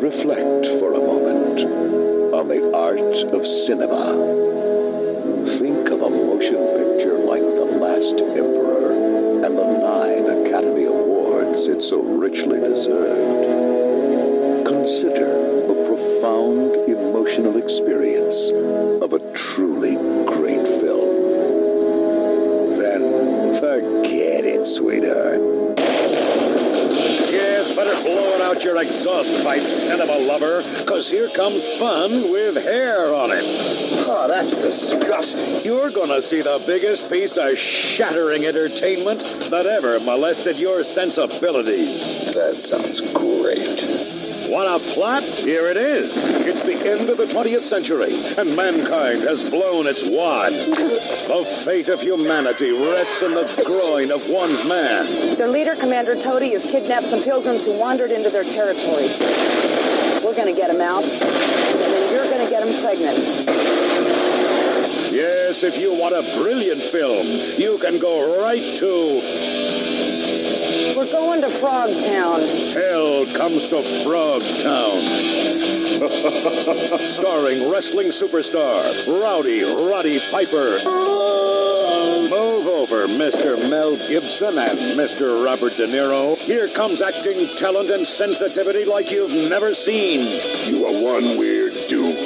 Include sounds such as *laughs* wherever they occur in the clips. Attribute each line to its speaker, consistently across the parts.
Speaker 1: reflect for a moment on the art of cinema. Think of a motion picture like The Last Emperor and the nine Academy Awards it so richly deserved. Consider the profound emotional experience of a truly great film. Then forget it, sweetheart. Yes, better blowing out your exhaust pipe, cinema lover, because here comes fun with hair on it. Oh, that's disgusting. You're gonna see the biggest piece of shattering entertainment that ever molested your sensibilities.
Speaker 2: That sounds great.
Speaker 1: Want a plot? Here it is. It's the end of the 20th century, and mankind has blown its wad. the fate of humanity rests in the groin of one man.
Speaker 3: Their leader, Commander Tody, has kidnapped some pilgrims who wandered into their territory. We're gonna get him out, and then you're gonna get him pregnant.
Speaker 1: Yes, if you want a brilliant film, you can go right to
Speaker 3: We're going to Frog Town.
Speaker 1: Hell Comes to Frog Town. *laughs* Starring wrestling superstar Rowdy Roddy Piper. Move over, Mr. Mel Gibson and Mr. Robert De Niro. Here comes acting talent and sensitivity like you've never seen.
Speaker 2: You are one weird dude.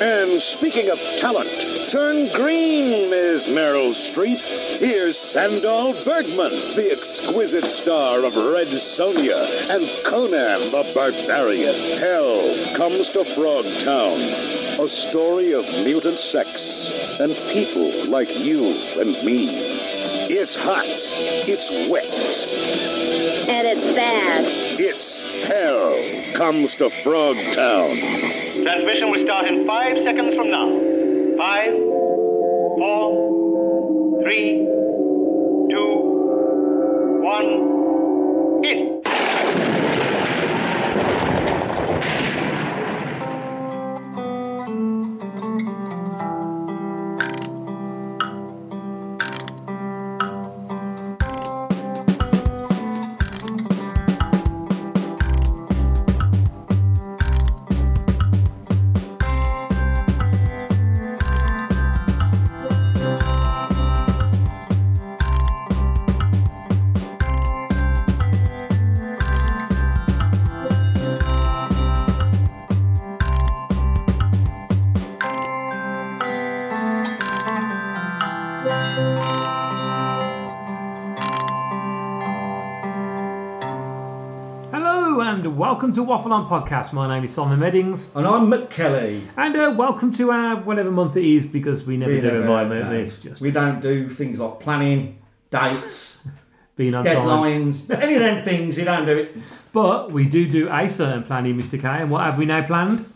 Speaker 1: And speaking of talent, turn green, Ms. Meryl Streep. Here's Sandal Bergman, the exquisite star of Red Sonia and Conan the Barbarian. Hell comes to Frog Town. A story of mutant sex and people like you and me. It's hot. It's wet.
Speaker 4: And it's bad.
Speaker 1: It's Hell comes to Frog Town.
Speaker 5: Transmission will start in five seconds from now. Five, four, three, two, one, in.
Speaker 6: Hello and welcome to Waffle On Podcast. My name is Simon Meddings,
Speaker 7: And I'm Mick Kelly.
Speaker 6: and uh, welcome to our whatever month it is because we never
Speaker 7: We
Speaker 6: do it
Speaker 7: never-
Speaker 6: by month.
Speaker 7: no.
Speaker 6: It's just
Speaker 7: We don't do things like planning, *laughs* dates,
Speaker 6: being on time.
Speaker 7: deadlines, any of them things. You don't do it.
Speaker 6: But we do do a certain planning, Mr. K. And what have we now planned?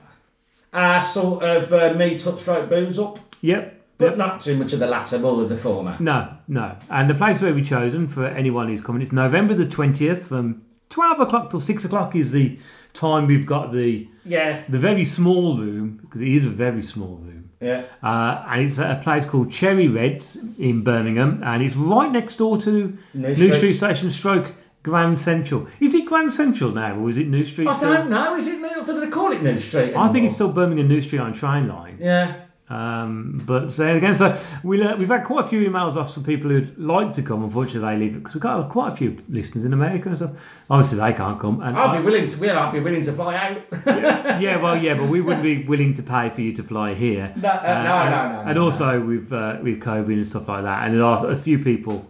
Speaker 7: Uh, sort of uh, meet up, straight booze up,
Speaker 6: Yep.
Speaker 7: but not too much of the latter, more of the former.
Speaker 6: No, no. And the place where we've chosen for anyone who's coming, it's November the 20th from 12 o'clock till 6 o'clock is the time we've got the,
Speaker 7: Yeah,
Speaker 6: the very small room, because it is a very small room.
Speaker 7: yeah.
Speaker 6: Uh, and it's at a place called Cherry Reds in Birmingham, and it's right next door to New,
Speaker 7: New
Speaker 6: Street.
Speaker 7: Street.
Speaker 6: Station Stroke Grand Central. Is it Grand Central now, or is it New Street?
Speaker 7: I
Speaker 6: still?
Speaker 7: don't know. Is it? little- Do they call it New Street?
Speaker 6: I think
Speaker 7: anymore?
Speaker 6: it's still Birmingham New Street on train line.
Speaker 7: Yeah.
Speaker 6: Um, but so again, so we uh, we've had quite a few emails off some people who'd like to come. Unfortunately, they leave it because we've got quite a few listeners in America and stuff. Obviously, they can't come. And
Speaker 7: I'll
Speaker 6: I-
Speaker 7: be willing to. Well, I'll be willing to fly out.
Speaker 6: yeah, well, yeah, but we wouldn't be willing to pay for you to fly here.
Speaker 7: No, uh, no, no, no, no,
Speaker 6: And
Speaker 7: no.
Speaker 6: also with uh, with COVID and stuff like that, and there are a few people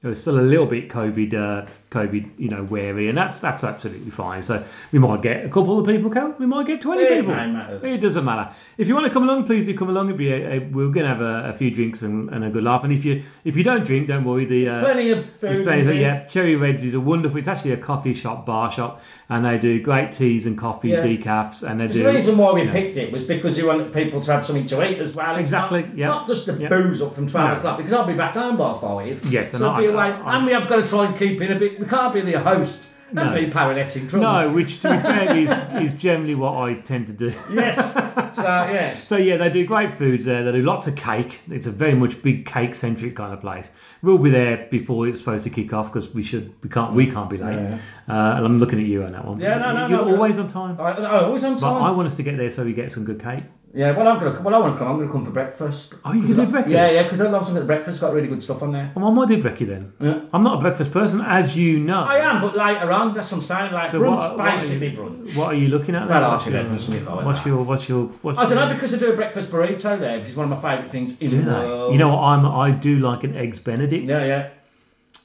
Speaker 6: who are still a little bit COVID, uh, COVID, you know, wary, and that's that's absolutely fine. So we might get a couple of people come, we might get twenty
Speaker 7: It
Speaker 6: people.
Speaker 7: no matters.
Speaker 6: It doesn't matter. If you want to come along, please do come along. It'd be a, a, we're gonna have a, a few drinks and, and a good laugh. And if you if you don't drink, don't worry. The uh,
Speaker 7: Plenty of food.
Speaker 6: it's
Speaker 7: and
Speaker 6: plenty of-
Speaker 7: drink.
Speaker 6: yeah, Cherry Reds is a wonderful. It's actually a coffee shop, bar shop, and they do great teas and coffees,
Speaker 7: Yeah.
Speaker 6: decafs, and they do.
Speaker 7: The reason why we
Speaker 6: Yeah.
Speaker 7: picked it was because you wanted people to have something to eat as well. It's
Speaker 6: Exactly,
Speaker 7: Not,
Speaker 6: yeah.
Speaker 7: not just the
Speaker 6: Yeah.
Speaker 7: booze up from 12
Speaker 6: No.
Speaker 7: o'clock because I'll be back home by five.
Speaker 6: Yes, and
Speaker 7: so I'll
Speaker 6: I-
Speaker 7: be away.
Speaker 6: I-
Speaker 7: and we have got to try and keep in a bit. We can't be the host and
Speaker 6: No.
Speaker 7: be paralytic trouble. *laughs*
Speaker 6: No, which to be fair is is generally what I tend to do.
Speaker 7: Yes. So yes,
Speaker 6: *laughs* So yeah, they do great foods there. They do lots of cake. It's a very much big cake centric kind of place. We'll be there before it's supposed to kick off because we should we can't we can't be late. Uh, and I'm looking at you on that one.
Speaker 7: Yeah, no, no,
Speaker 6: You're
Speaker 7: no.
Speaker 6: always on time.
Speaker 7: I, I always on
Speaker 6: But I
Speaker 7: time.
Speaker 6: want us to get there so we get some good cake.
Speaker 7: yeah, well, I'm gonna come. Well, I want to come. I'm gonna come for breakfast.
Speaker 6: Oh, you can do brekkie?
Speaker 7: Yeah, yeah, because I love looking at the breakfast. Got really good stuff on there.
Speaker 6: Well, I might do brekkie then.
Speaker 7: Yeah.
Speaker 6: I'm not a breakfast person, as you know.
Speaker 7: I am, but later on, that's what I'm saying. Like
Speaker 6: So
Speaker 7: brunch,
Speaker 6: what- what are you-
Speaker 7: basically brunch.
Speaker 6: What are you looking at?
Speaker 7: Well,
Speaker 6: then?
Speaker 7: I'll
Speaker 6: What's
Speaker 7: be
Speaker 6: your-
Speaker 7: there for something like
Speaker 6: What's
Speaker 7: that.
Speaker 6: your what's your what's
Speaker 7: Oh, I don't
Speaker 6: your-
Speaker 7: know because I do a breakfast burrito there, which is one of my favourite things in
Speaker 6: Do
Speaker 7: the
Speaker 6: they?
Speaker 7: world.
Speaker 6: You know what? I'm I do like an eggs Benedict,
Speaker 7: Yeah, yeah,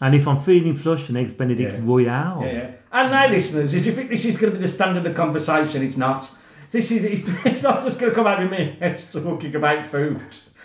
Speaker 6: and if I'm feeling flushed, an eggs Benedict
Speaker 7: Yeah.
Speaker 6: Royale.
Speaker 7: yeah, yeah. And now, listeners, if you think this is going to be the standard of conversation, it's not. This is it's, *laughs* it's not just going to come out with me it's talking about food.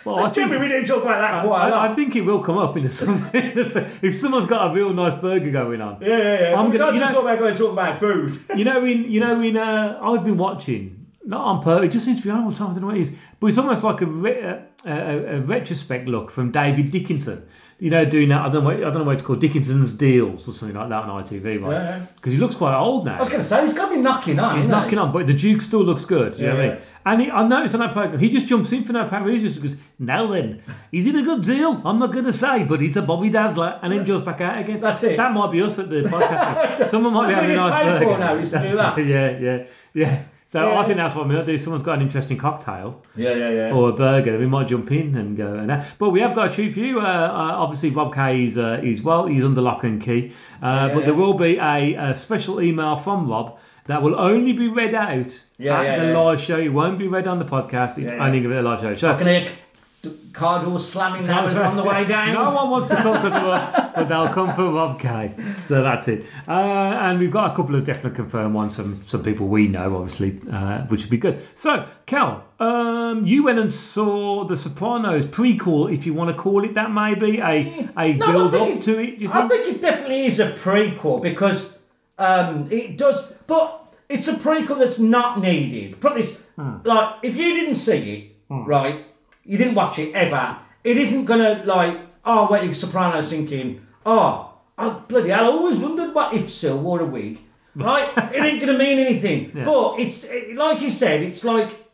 Speaker 6: Well,
Speaker 7: Well,
Speaker 6: I think-
Speaker 7: generally we do talk about that quite a lot.
Speaker 6: I, I think it will come up *laughs* in some. if someone's got a real nice burger going on,
Speaker 7: yeah, yeah, yeah.
Speaker 6: I'm
Speaker 7: I'm
Speaker 6: gonna-
Speaker 7: going
Speaker 6: you
Speaker 7: to
Speaker 6: know-
Speaker 7: talk about going to talk
Speaker 6: *laughs*
Speaker 7: about food.
Speaker 6: you know, in you know, in uh, I've been watching not on purpose. It just seems to be on all the time. I don't know what it is, but it's almost like a, re- uh, a, a, a retrospect look from David Dickinson. You know, doing that. I don't know. What, I don't know what it's called. Dickinson's Deals or something like that on ITV, right?
Speaker 7: Yeah, yeah.
Speaker 6: Because he looks quite old now.
Speaker 7: I was going to say he's got to be knocking on.
Speaker 6: He's
Speaker 7: isn't
Speaker 6: knocking on, but the Duke still looks good. Do you know what I
Speaker 7: Yeah,
Speaker 6: mean?
Speaker 7: yeah.
Speaker 6: And he, I noticed on that program, he just jumps in for no apparent reason. Just goes, "Now then, is it a good deal? I'm not going to say, but it's a Bobby Dazzler," and then jumps back out again.
Speaker 7: That's it.
Speaker 6: That might be us at the
Speaker 7: *laughs*
Speaker 6: podcast. Someone might
Speaker 7: That's
Speaker 6: be having a
Speaker 7: what he's
Speaker 6: nice
Speaker 7: paid for
Speaker 6: burger.
Speaker 7: now, is to do
Speaker 6: That's- *laughs*
Speaker 7: that.
Speaker 6: Yeah, yeah, yeah. So
Speaker 7: Yeah,
Speaker 6: I
Speaker 7: yeah.
Speaker 6: think that's what we might do. Someone's got an interesting cocktail
Speaker 7: Yeah, yeah, yeah.
Speaker 6: or a burger, we might jump in and go. And that. But we have got a treat for you. Uh, uh, obviously, Rob Kay is, uh, is well, he's under lock and key. Uh, but there will be a, a special email from Rob that will only be read out
Speaker 7: Yeah,
Speaker 6: at
Speaker 7: yeah,
Speaker 6: the
Speaker 7: yeah.
Speaker 6: live show. It won't be read on the podcast. It's
Speaker 7: Yeah, yeah.
Speaker 6: only going to be a live show. So,
Speaker 7: Can I car door slamming down on
Speaker 6: *laughs*
Speaker 7: the way down?
Speaker 6: no one wants to come because of us, but they'll come for Rob Kay. So that's it. Uh, and we've got a couple of definite confirmed ones from some people we know, obviously, uh, which would be good. So, Cal, um, you went and saw The Sopranos prequel, if you want to call it that, maybe a a
Speaker 7: No, I
Speaker 6: build up
Speaker 7: think it-
Speaker 6: to it. Do you
Speaker 7: I
Speaker 6: think?
Speaker 7: think it definitely is a prequel because um, it does, but it's a prequel that's not needed. Put this like if you didn't see it,
Speaker 6: Hmm.
Speaker 7: right, you didn't watch it ever. It isn't gonna like oh waiting Sopranos thinking oh oh bloody hell I always wondered what if Sil wore
Speaker 6: *laughs*
Speaker 7: a wig. Right, it ain't gonna mean anything. But it's it, like you said, it's like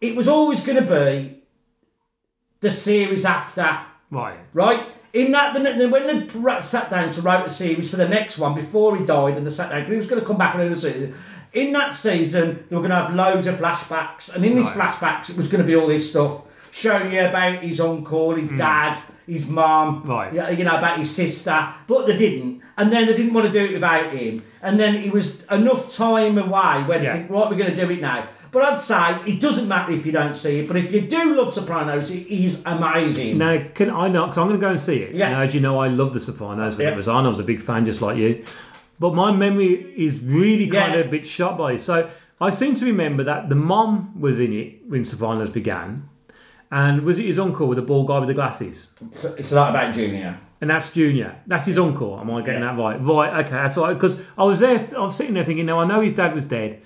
Speaker 7: it was always gonna be the series after
Speaker 6: right.
Speaker 7: right? In that, the, the, when they ra- sat down to write a series for the next one before he died, and they sat down 'cause he was going to come back another season. In that season, they were going to have loads of flashbacks, and in these
Speaker 6: Right.
Speaker 7: flashbacks, it was going to be all this stuff showing you about his uncle, his dad, his mum,
Speaker 6: Hmm. Right.
Speaker 7: y- You know about his sister, but they didn't, and then they didn't want to do it without him, and then it was enough time away where they
Speaker 6: Yeah.
Speaker 7: think, right, we're going to do it now. But I'd say it doesn't matter if you don't see it, but if you do love Sopranos, it is amazing.
Speaker 6: Now, can I know? Because I'm going to go and see it.
Speaker 7: Yeah.
Speaker 6: Now, as you know, I love The Sopranos when
Speaker 7: Yeah.
Speaker 6: it was on. I was a big fan, just like you. But my memory is really kind
Speaker 7: Yeah.
Speaker 6: of a bit shot by it. So I seem to remember that the mom was in it when Sopranos began. And was it his uncle with the bald guy with the glasses?
Speaker 7: So It's a lot about Junior.
Speaker 6: And that's Junior. That's his uncle. Am I getting that right? Right. Okay. That's all right. Because I was there. I was sitting there thinking. Now I know his dad was dead,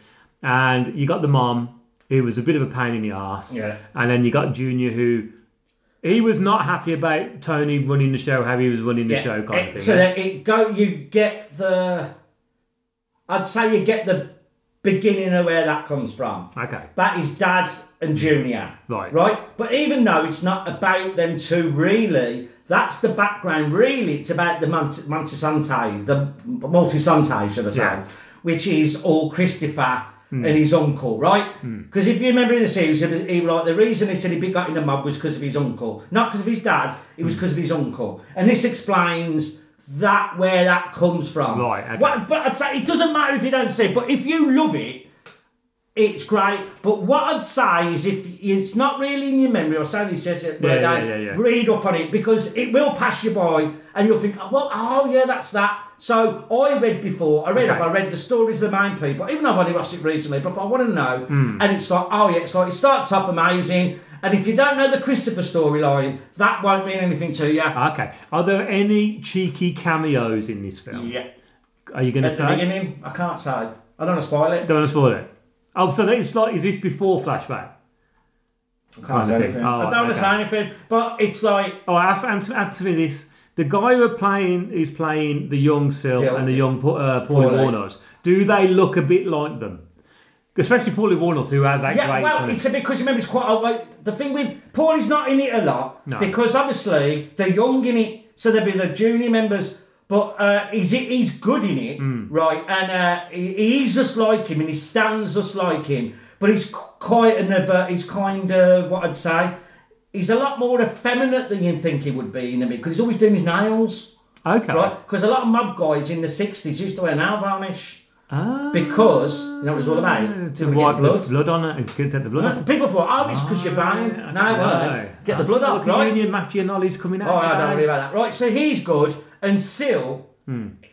Speaker 6: and you got the mom who was a bit of a pain in the ass.
Speaker 7: Yeah.
Speaker 6: And then you got Junior who he was not happy about Tony running the show, how he was running the show, kind of thing.
Speaker 7: It- Eh, So that it go, you get the. I'd say you get the beginning of where that comes from.
Speaker 6: Okay.
Speaker 7: That is Dad and Junior.
Speaker 6: Right.
Speaker 7: Right. But even though it's not about them two really, that's the background. Really, it's about the Mont- Montesante, the Multisante, should I say,
Speaker 6: Yeah.
Speaker 7: which is all Christopher. And his uncle, right?
Speaker 6: Hmm.
Speaker 7: Because if you remember in the series, he was, he was like the reason he said he got in the mob was because of his uncle, not because of his dad. It
Speaker 6: Hmm.
Speaker 7: was because of his uncle, and this explains that where that comes from.
Speaker 6: Right, okay.
Speaker 7: What- but I'd say it doesn't matter if you don't see it. But if you love it, it's great. But what I'd say is if it's not really in your memory, or Sandy says it,
Speaker 6: Yeah,
Speaker 7: but
Speaker 6: yeah,
Speaker 7: I-
Speaker 6: yeah, yeah.
Speaker 7: uh, read up on it because it will pass you by and you'll think, oh, well, oh yeah, that's that. So I read before, I read
Speaker 6: Okay.
Speaker 7: up, I read the stories of the main people, even though I've only watched it recently, but if I want to know,
Speaker 6: Hmm.
Speaker 7: and it's like, oh yeah, it's like, it starts off amazing. And if you don't know the Christopher storyline, that won't mean anything to you.
Speaker 6: Okay. Are there any cheeky cameos in this film?
Speaker 7: yeah.
Speaker 6: Are you going to
Speaker 7: At the
Speaker 6: say?
Speaker 7: beginning, I can't say. I don't want to spoil it.
Speaker 6: Don't want to spoil it. Oh, so that it's like—is this before flashback?
Speaker 7: I can't say
Speaker 6: anything.
Speaker 7: anything.
Speaker 6: Oh,
Speaker 7: I don't want
Speaker 6: okay.
Speaker 7: to say anything, but it's like,
Speaker 6: Oh, ask, ask, ask me this. The guy who are playing who's playing the young Sil
Speaker 7: Sil.
Speaker 6: and the young Pa- uh, Paulie
Speaker 7: Paulie.
Speaker 6: Warnos, do they look a bit like them? Especially Paulie Warnos, who has a
Speaker 7: Yeah,
Speaker 6: great.
Speaker 7: well,
Speaker 6: kind of-
Speaker 7: it's because remember it's quite old. Like the thing with Paulie's not in it a lot
Speaker 6: No.
Speaker 7: because obviously they're young in it, so they'll be the junior members. But uh, he's he's good in it,
Speaker 6: Mm.
Speaker 7: right? And uh, he, he's just like him, and he stands just like him. But he's qu- quite another. He's kind of what I'd say. He's a lot more effeminate than you'd think he would be in a bit because he's always doing his nails,
Speaker 6: okay.
Speaker 7: right? Because a lot of mob guys in the sixties used to wear nail varnish
Speaker 6: Ah,
Speaker 7: because you know what it was all about
Speaker 6: to
Speaker 7: Didn't we get
Speaker 6: wipe blood. the blood on it and get the blood off.
Speaker 7: People thought, oh, it's because you're
Speaker 6: I
Speaker 7: vain. No,
Speaker 6: don't
Speaker 7: it
Speaker 6: know. Uh,
Speaker 7: weren't. Get the blood
Speaker 6: Look
Speaker 7: off,
Speaker 6: at
Speaker 7: right?
Speaker 6: Union mafia knowledge coming out.
Speaker 7: Oh, I don't
Speaker 6: today.
Speaker 7: worry about that. Right, so he's good, and Syl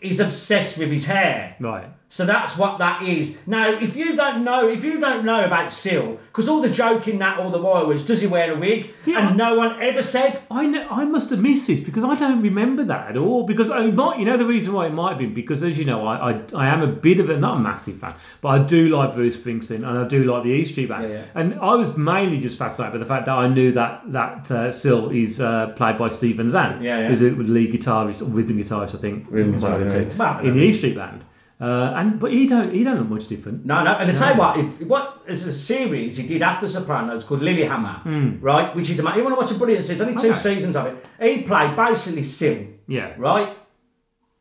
Speaker 7: is obsessed with his hair.
Speaker 6: Right.
Speaker 7: So that's what that is. Now, if you don't know, if you don't know about Syl, because all the joke in that all the while was, does he wear a wig?
Speaker 6: See,
Speaker 7: and
Speaker 6: I-
Speaker 7: no one ever said.
Speaker 6: I know, I must have missed this because I don't remember that at all. Because I might, you know, the reason why it might have been because, as you know, I, I, I am a bit of a not a massive fan, but I do like Bruce Springsteen and I do like the E Street Band,
Speaker 7: Yeah, yeah.
Speaker 6: and I was mainly just fascinated by the fact that I knew that that uh, Syl is uh, played by Stephen Zan,
Speaker 7: Yeah, yeah.
Speaker 6: who's a lead guitarist or rhythm guitarist, I think, one of the
Speaker 7: guitar,
Speaker 6: two,
Speaker 7: yeah.
Speaker 6: in the E Street Band, uh, and but he don't he don't look much different.
Speaker 7: No, no, and I tell you what, if what there's a series he did after Sopranos called Lilyhammer, right? Which is a ma- you want to watch a brilliant series, only two
Speaker 6: Okay.
Speaker 7: seasons of it. He played basically Syl.
Speaker 6: Yeah,
Speaker 7: right?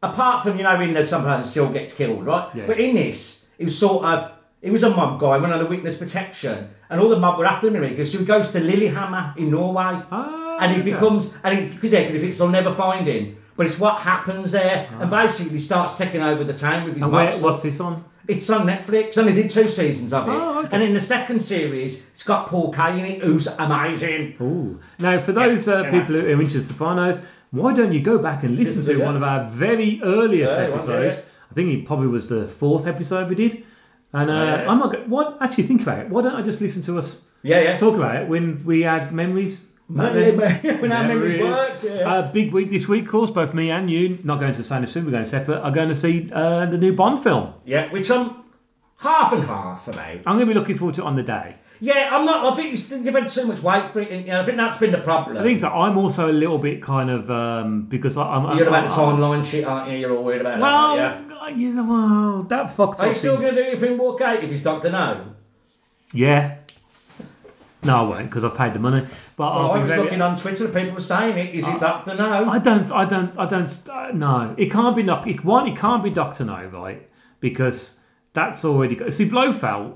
Speaker 7: Apart from, you know, in the sometimes still gets killed, right?
Speaker 6: Yeah.
Speaker 7: But in this, he was sort of he was a mob guy, went under witness protection, and all the mob were after him anyway, because he goes to Lillehammer in Norway.
Speaker 6: Ah,
Speaker 7: and he
Speaker 6: okay.
Speaker 7: becomes and because yeah, 'cause if it's they'll never find him. But it's what happens there, and basically starts taking over the town with his
Speaker 6: Ah. And
Speaker 7: mob
Speaker 6: where,
Speaker 7: stuff.
Speaker 6: what's this on?
Speaker 7: It's on Netflix. Only did two seasons of it,
Speaker 6: Oh, okay.
Speaker 7: and in the second series, it's got Paul Kay in it, who's amazing.
Speaker 6: Ooh. Now, for those uh,
Speaker 7: Yeah.
Speaker 6: people who are into The Sopranos, why don't you go back and listen,
Speaker 7: Listen to
Speaker 6: to one
Speaker 7: that.
Speaker 6: of our very earliest
Speaker 7: Yeah, one,
Speaker 6: episodes?
Speaker 7: yeah.
Speaker 6: I think it probably was the fourth episode we did. And uh,
Speaker 7: Oh, yeah, yeah.
Speaker 6: I'm not. Go- what? Actually, think about it. Why don't I just listen to us
Speaker 7: Yeah, yeah.
Speaker 6: talk about it when we had memories? back
Speaker 7: Yeah,
Speaker 6: then?
Speaker 7: yeah, when our memories
Speaker 6: Memories.
Speaker 7: worked, yeah.
Speaker 6: Uh, big week this week, of course. Both me and you, not going to the same soon. We're going separate. Are going to see uh, the new Bond film.
Speaker 7: Yeah, which I'm half and half about.
Speaker 6: I'm going to be looking forward to it on the day.
Speaker 7: Yeah, I'm not. I think it's, you've had too much weight for it, and you know, I think that's been the problem.
Speaker 6: I think so. I'm also a little bit kind of um, because I, I'm.
Speaker 7: You're about
Speaker 6: I'm,
Speaker 7: this online shit, aren't you? You're all worried about that,
Speaker 6: Well,
Speaker 7: aren't
Speaker 6: God, you know, well, that fucked
Speaker 7: you? Are you
Speaker 6: up
Speaker 7: still
Speaker 6: things.
Speaker 7: going to do your thing, walk out if it's Doctor No?
Speaker 6: Yeah. No, I won't because I paid the money. But
Speaker 7: Oh, I
Speaker 6: I'll be
Speaker 7: was
Speaker 6: very-
Speaker 7: looking on Twitter, people were saying it. Is it Doctor No?
Speaker 6: Oh, I don't. I don't. I don't. st- uh, No, it can't be. Knock, it, one, it can't be Doctor No, right? Because that's already. go- See, Blofeld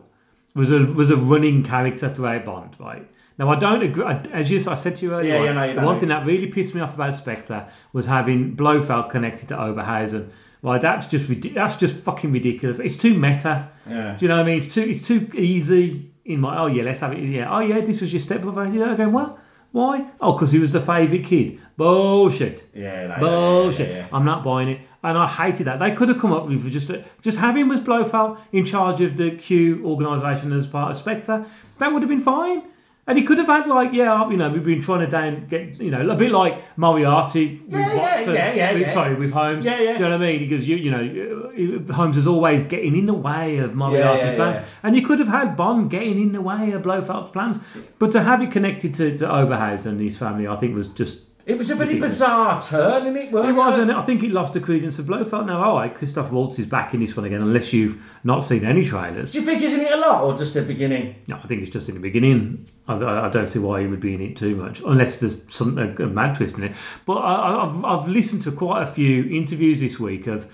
Speaker 6: was a was a running character throughout Bond, right? Now I don't agree. I, as you, I said to you earlier,
Speaker 7: Yeah,
Speaker 6: on,
Speaker 7: yeah, no, you
Speaker 6: the
Speaker 7: don't.
Speaker 6: one thing that really pissed me off about Spectre was having Blofeld connected to Oberhausen. Right, that's just ridi- that's just fucking ridiculous. It's too meta.
Speaker 7: Yeah.
Speaker 6: Do you know what I mean? It's too it's too easy. In my oh yeah, let's have it. Yeah, oh yeah, this was your stepbrother. You know, going well. Why? Oh, because he was the favourite kid. Bullshit.
Speaker 7: Yeah, like,
Speaker 6: Bullshit.
Speaker 7: yeah, yeah, yeah.
Speaker 6: I'm not buying it. And I hated that. They could have come up with just just having was Blofeld in charge of the Q organisation as part of Spectre. That would have been fine. And he could have had like, yeah, you know, we've been trying to down get, you know, a bit like Moriarty with
Speaker 7: Yeah, yeah,
Speaker 6: Watson.
Speaker 7: yeah, yeah,
Speaker 6: with-
Speaker 7: yeah.
Speaker 6: Sorry, with Holmes.
Speaker 7: Yeah, yeah.
Speaker 6: Do you know what I mean? Because you, you know, uh, Holmes is always getting in the way of Moriarty's
Speaker 7: Yeah, yeah,
Speaker 6: plans.
Speaker 7: yeah.
Speaker 6: And you could have had Bond getting in the way of Blofeld's plans, but to have it connected to, to Oberhausen and his family, I think was just
Speaker 7: It was a very
Speaker 6: Ridiculous.
Speaker 7: bizarre turn, isn't it?
Speaker 6: it
Speaker 7: weren't
Speaker 6: was, and I think it lost the credence of Blofeld. Now, all right, Christoph Waltz is back in this one again, unless you've not seen any trailers.
Speaker 7: Do you think isn't it a lot or just the beginning?
Speaker 6: No, I think it's just in the beginning. I, I I don't see why he would be in it too much, unless there's some a, a mad twist in it. But I, I- I've, I've listened to quite a few interviews this week of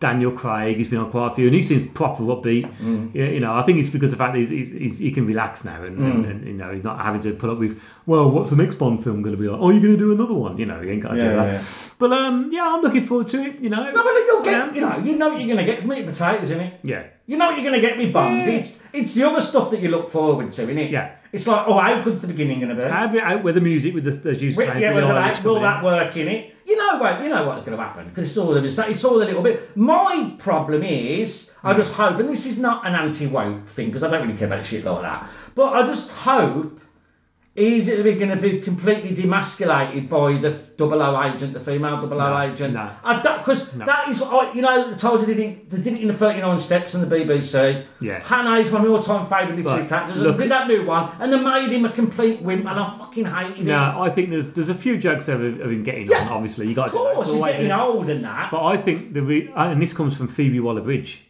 Speaker 6: Daniel Craig. He's been on quite a few, and he seems proper upbeat.
Speaker 7: Mm.
Speaker 6: Yeah, you know, I think it's because of the fact that he's, he's, he's, he can relax now, and,
Speaker 7: Mm.
Speaker 6: and, and you know, he's not having to put up with. Well, what's the next Bond film going to be like? Oh, you're going to do another one? You know, he ain't going to
Speaker 7: Yeah,
Speaker 6: do that.
Speaker 7: yeah.
Speaker 6: But um, yeah, I'm looking forward to it. You know,
Speaker 7: No, but look, you'll
Speaker 6: Yeah.
Speaker 7: get, you know, you know what you're going to get to meat and potatoes, isn't it?
Speaker 6: Yeah.
Speaker 7: You know what you're going to get with Bond.
Speaker 6: Yeah.
Speaker 7: It's it's the other stuff that you look forward to, isn't it?
Speaker 6: Yeah.
Speaker 7: It's like, oh, how good's the beginning going to be?
Speaker 6: I'd be out with the music with the as you
Speaker 7: Wi-
Speaker 6: say.
Speaker 7: yeah,
Speaker 6: Billie
Speaker 7: was
Speaker 6: Eilish
Speaker 7: that, will
Speaker 6: coming
Speaker 7: that
Speaker 6: in.
Speaker 7: work in it? You know, well, you know what's going to happen because it's all a little bit. It's all a little bit. My problem is, I just hope, and this is not an anti-woke thing because I don't really care about shit like that. But I just hope is it going to be completely demasculated by the double O agent, the female double O agent?
Speaker 6: no.
Speaker 7: because that is, I, you know, I told you they did, they did it in the Thirty Nine Steps on the BBC.
Speaker 6: Yeah.
Speaker 7: Hannah is one of your time favourite literary
Speaker 6: But
Speaker 7: characters,
Speaker 6: look-
Speaker 7: and did that new one, and they made him a complete wimp, and I fucking hated it.
Speaker 6: No, I think there's there's a few jokes that have have been getting on. Obviously, you got
Speaker 7: Of course, he's getting old and that.
Speaker 6: uh, But I think the re- and this comes from Phoebe Waller Bridge,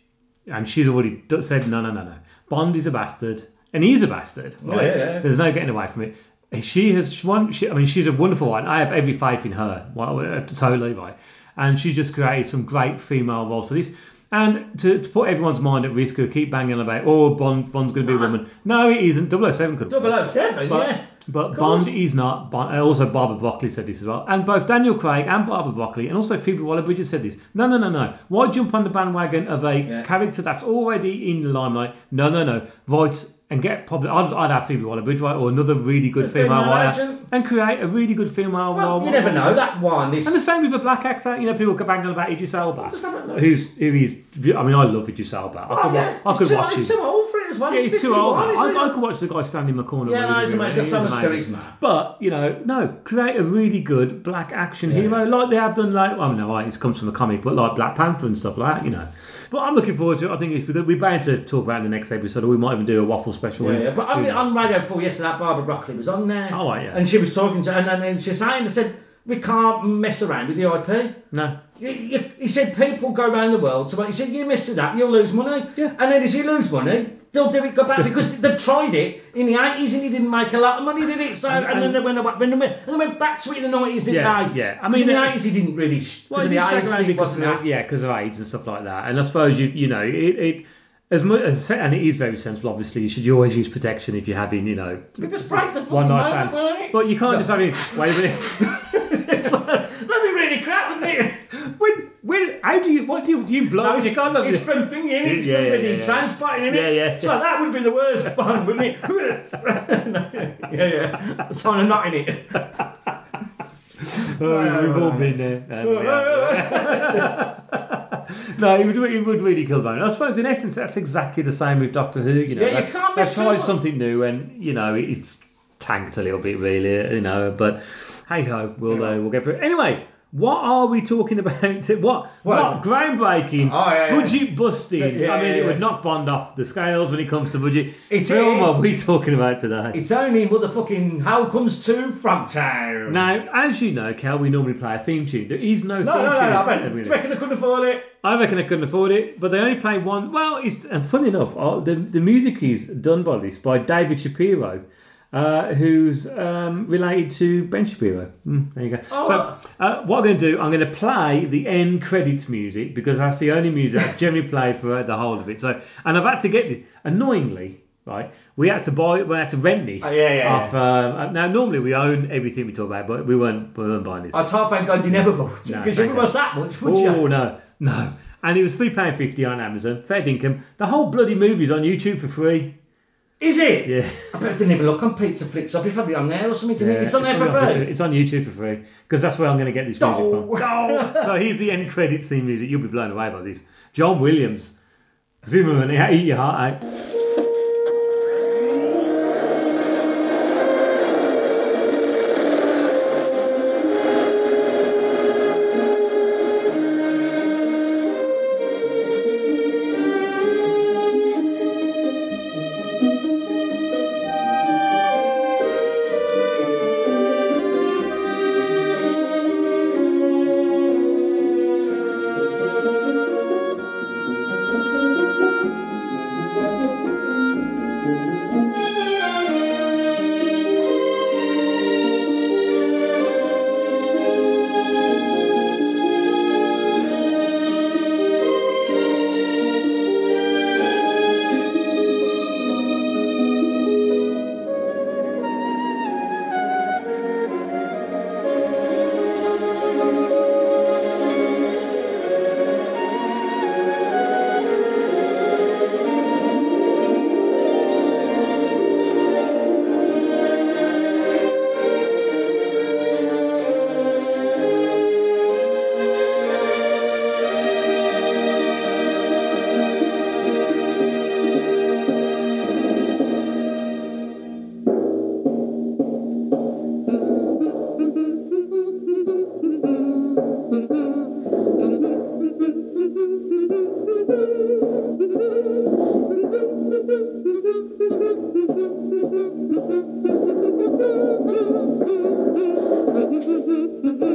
Speaker 6: and she's already d- said no, no, no, no. Bond is a bastard, and he is a bastard. Right?
Speaker 7: yeah, yeah.
Speaker 6: There's no getting away from it. She has she won. She, I mean, she's a wonderful one. I have every faith in her. Well, uh, totally right. And she's just created some great female roles for this. And to, to put everyone's mind at risk, who keep banging about, oh, Bond, Bond's going to be a woman. No, he isn't. 007 could.
Speaker 7: 007,
Speaker 6: But,
Speaker 7: yeah.
Speaker 6: but
Speaker 7: Of course.
Speaker 6: Bond is not. Bond, uh, also, Barbara Broccoli said this as well. And both Daniel Craig and Barbara Broccoli, and also Phoebe Waller Bridges said this. No, no, no, no. Why jump on the bandwagon of a character that's already in the limelight? No, no, no. Write and get probably. I'd, I'd have Phoebe Waller Bridge, right? Or another really good
Speaker 7: Just a
Speaker 6: female
Speaker 7: female
Speaker 6: writer.
Speaker 7: agent.
Speaker 6: And create a really good female
Speaker 7: Well,
Speaker 6: role.
Speaker 7: you never know. That one is.
Speaker 6: And the same with a black actor. You know, people can bang on about Idris Elba. Who's, who is. I mean, I love Idris Elba. I
Speaker 7: Oh,
Speaker 6: could,
Speaker 7: yeah.
Speaker 6: wa- I
Speaker 7: He's
Speaker 6: could
Speaker 7: too,
Speaker 6: watch
Speaker 7: he's
Speaker 6: him.
Speaker 7: too old for it as well.
Speaker 6: Yeah, he's too old.
Speaker 7: Isn't
Speaker 6: I, I
Speaker 7: he?
Speaker 6: could watch the guy stand in the corner.
Speaker 7: Yeah,
Speaker 6: really
Speaker 7: no, he's
Speaker 6: do it.
Speaker 7: amazing. He's got so
Speaker 6: He's
Speaker 7: much
Speaker 6: amazing.
Speaker 7: charisma.
Speaker 6: But you know, no, create a really good black action hero like they have done. Like, well, no, right, it comes from a comic, but like Black Panther and stuff like that. You know, but I'm looking forward to it. I think it's because we're bound to talk about it in the next episode, or we might even do a waffle special.
Speaker 7: Yeah, yeah. But I mean, on Radio 4 yesterday, that Barbara Broccoli was on there.
Speaker 6: Oh, right, yeah.
Speaker 7: And she was talking to and, and she was saying, I said, we can't mess around with the IP.
Speaker 6: no,
Speaker 7: You, you, he said, people go around the world. So he said, you mess with that, you'll lose money.
Speaker 6: Yeah.
Speaker 7: And then as you lose money, they'll do it, go
Speaker 6: *laughs*
Speaker 7: back. Because they've tried it in the 80s and he didn't make a lot of money, did it? So, and, then
Speaker 6: and-
Speaker 7: they went, back- and they went, and they went back to it in the 90s, didn't
Speaker 6: Yeah,
Speaker 7: they?
Speaker 6: yeah. I
Speaker 7: I mean,
Speaker 6: mean,
Speaker 7: in the
Speaker 6: it-
Speaker 7: 80s, he didn't really. Because
Speaker 6: Well,
Speaker 7: of the
Speaker 6: you shag
Speaker 7: 80s
Speaker 6: around
Speaker 7: thing,
Speaker 6: because
Speaker 7: wasn't
Speaker 6: of
Speaker 7: that?
Speaker 6: the- yeah, because of AIDS and stuff like that. And I suppose you you know it, it as much as and it is very sensible. Obviously, you should always use protection if you're having you know
Speaker 7: Just break the
Speaker 6: one night
Speaker 7: moment, won't
Speaker 6: stand.
Speaker 7: it?
Speaker 6: But you can't just have it. Wait a
Speaker 7: *laughs*
Speaker 6: minute.
Speaker 7: That'd be really crap, *laughs*
Speaker 6: *laughs*
Speaker 7: wouldn't it?
Speaker 6: When, when, how do you, what do you, do you blow his gun up?
Speaker 7: It's from thingy, innit? it's
Speaker 6: Yeah,
Speaker 7: from
Speaker 6: yeah,
Speaker 7: bloody
Speaker 6: yeah, yeah.
Speaker 7: transporting, innit?
Speaker 6: Yeah, yeah.
Speaker 7: So that would be the worst one,
Speaker 6: *laughs*
Speaker 7: wouldn't it? *laughs* yeah, yeah. It's on a knot in it.
Speaker 6: *laughs* Oh, we've all been there. haven't we? no, it would, re- it would really kill the moment. I suppose, in essence, that's exactly the same with Doctor Who. You know,
Speaker 7: Yeah, you
Speaker 6: They've-
Speaker 7: can't
Speaker 6: they've
Speaker 7: miss too
Speaker 6: tried
Speaker 7: much.
Speaker 6: something new, and you know, it's tanked a little bit, really. You know, but hey ho, we'll uh, we'll get through. it. Anyway. What are we talking *laughs* about? What what groundbreaking,
Speaker 7: Oh, yeah, yeah.
Speaker 6: budget busting?
Speaker 7: Yeah,
Speaker 6: I mean,
Speaker 7: yeah,
Speaker 6: it
Speaker 7: yeah.
Speaker 6: would knock Bond off the scales when it comes to budget.
Speaker 7: It
Speaker 6: Film
Speaker 7: is.
Speaker 6: are we talking about today?
Speaker 7: It's only motherfucking How Comes to Frog Town.
Speaker 6: Now, as you know, Cal, we normally play a theme tune. There is no,
Speaker 7: no,
Speaker 6: theme
Speaker 7: no, no,
Speaker 6: tune.
Speaker 7: no, I bet. Do you reckon I couldn't afford it?
Speaker 6: I reckon I couldn't afford it, but they only play one. Well, it's and funny enough, uh, the the music is done by this by David Shapiro, uh, who's um, related to Ben Shapiro. Mm, there you go.
Speaker 7: Oh.
Speaker 6: So, uh, what I'm going to do, I'm going to play the end credits music because that's the only music I've generally played for uh, the whole of it. So, and I've had to get this annoyingly. Right, we had to buy, we had to rent this.
Speaker 7: Oh, yeah, yeah,
Speaker 6: off, um, now, normally we own everything we talk about, but we weren't, we weren't buying this.
Speaker 7: I thought, thank God you never bought it. Because you
Speaker 6: thank
Speaker 7: wouldn't
Speaker 6: God.
Speaker 7: cost that much, would
Speaker 6: Oh
Speaker 7: you?
Speaker 6: no, no. And it was three pound fifty on Amazon. Fair dinkum. The whole bloody movie's on YouTube for free.
Speaker 7: Is it?
Speaker 6: Yeah.
Speaker 7: I bet I didn't even look on Pizza Flicks up. It's probably on there or something. isn't it? It's on there for
Speaker 6: probably
Speaker 7: free.
Speaker 6: YouTube. It's on YouTube for free because that's where I'm going to get this music *laughs*
Speaker 7: Oh.
Speaker 6: from. No. so here's the end credits scene music. You'll be blown away by this. John Williams. Zimmerman, eat your heart out.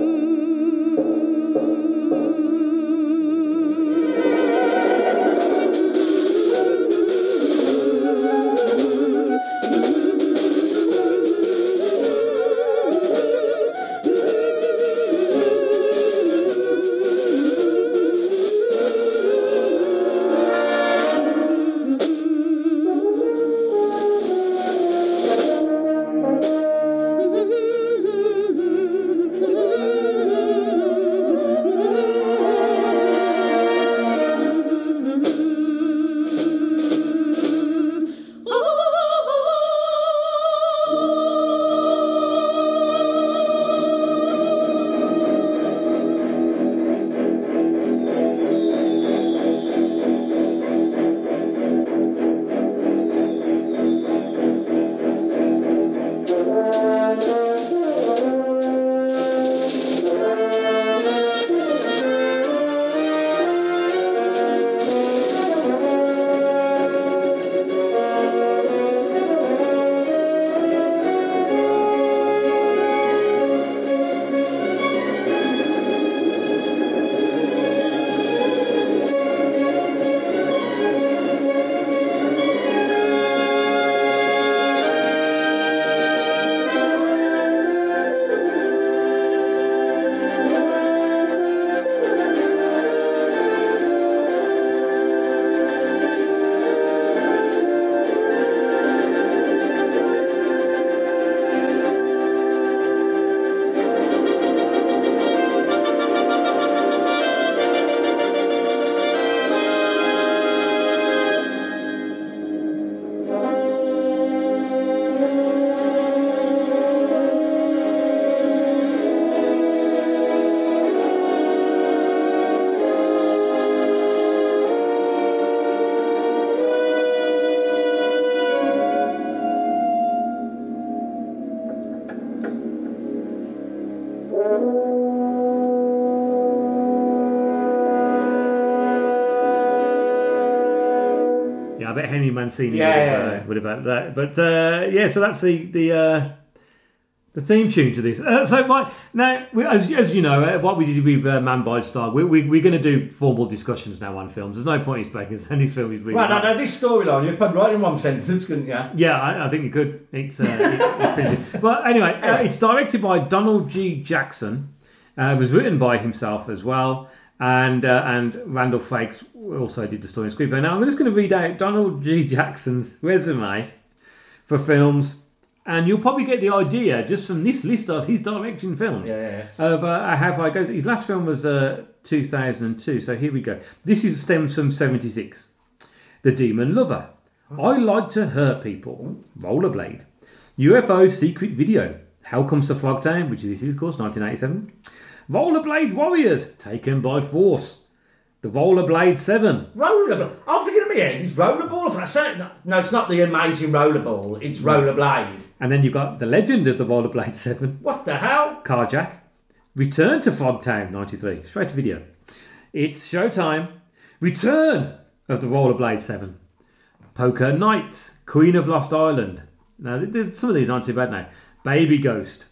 Speaker 8: Thank you. Oh, oh,
Speaker 6: Henry Mancini
Speaker 7: Yeah,
Speaker 6: would, have,
Speaker 7: yeah,
Speaker 6: uh,
Speaker 7: yeah.
Speaker 6: would have had that. But uh, yeah, so that's the the uh, the theme tune to this. Uh, so right, now, we, as, as you know, uh, what we did with uh, Man by Star, we, we, we're going to do formal discussions now on films. There's no point in *laughs* breaking Sandy's film. Is really
Speaker 7: Right, now,
Speaker 6: bad.
Speaker 7: now this storyline, you could write in one sentence, couldn't you?
Speaker 6: Yeah, I, I think you could. It's, uh, it- it finishes. But anyway, uh, it's directed by Donald G. Jackson. Uh, it was written by himself as well. And uh, and Randall Fakes also did the story and screenplay. Now, I'm just going to read out Donald G. Jackson's resume for films. And you'll probably get the idea just from this list of his directing films.
Speaker 7: yeah,
Speaker 6: Of uh, how far it goes. His last film was uh, 2002. So here we go. This is stems from 76. The Demon Lover. I like to hurt people. Rollerblade. UFO Secret Video. How Comes to Frogtown, which this is, of course, 1987. Rollerblade Warriors. Taken by Force. The Rollerblade 7.
Speaker 7: Rollerball. Oh, I'm thinking of my head, it's rollerball. If I say it, no, it's not the amazing rollerball, it's rollerblade.
Speaker 6: And then you've got The Legend of the Rollerblade *laughs* 7.
Speaker 7: What the hell?
Speaker 6: Carjack. Return to Frogtown, 93. Straight to video. It's showtime. Return of the Rollerblade 7. Poker Night. Queen of Lost Island. Now, th- there's- some of these aren't too bad now. Baby Ghost.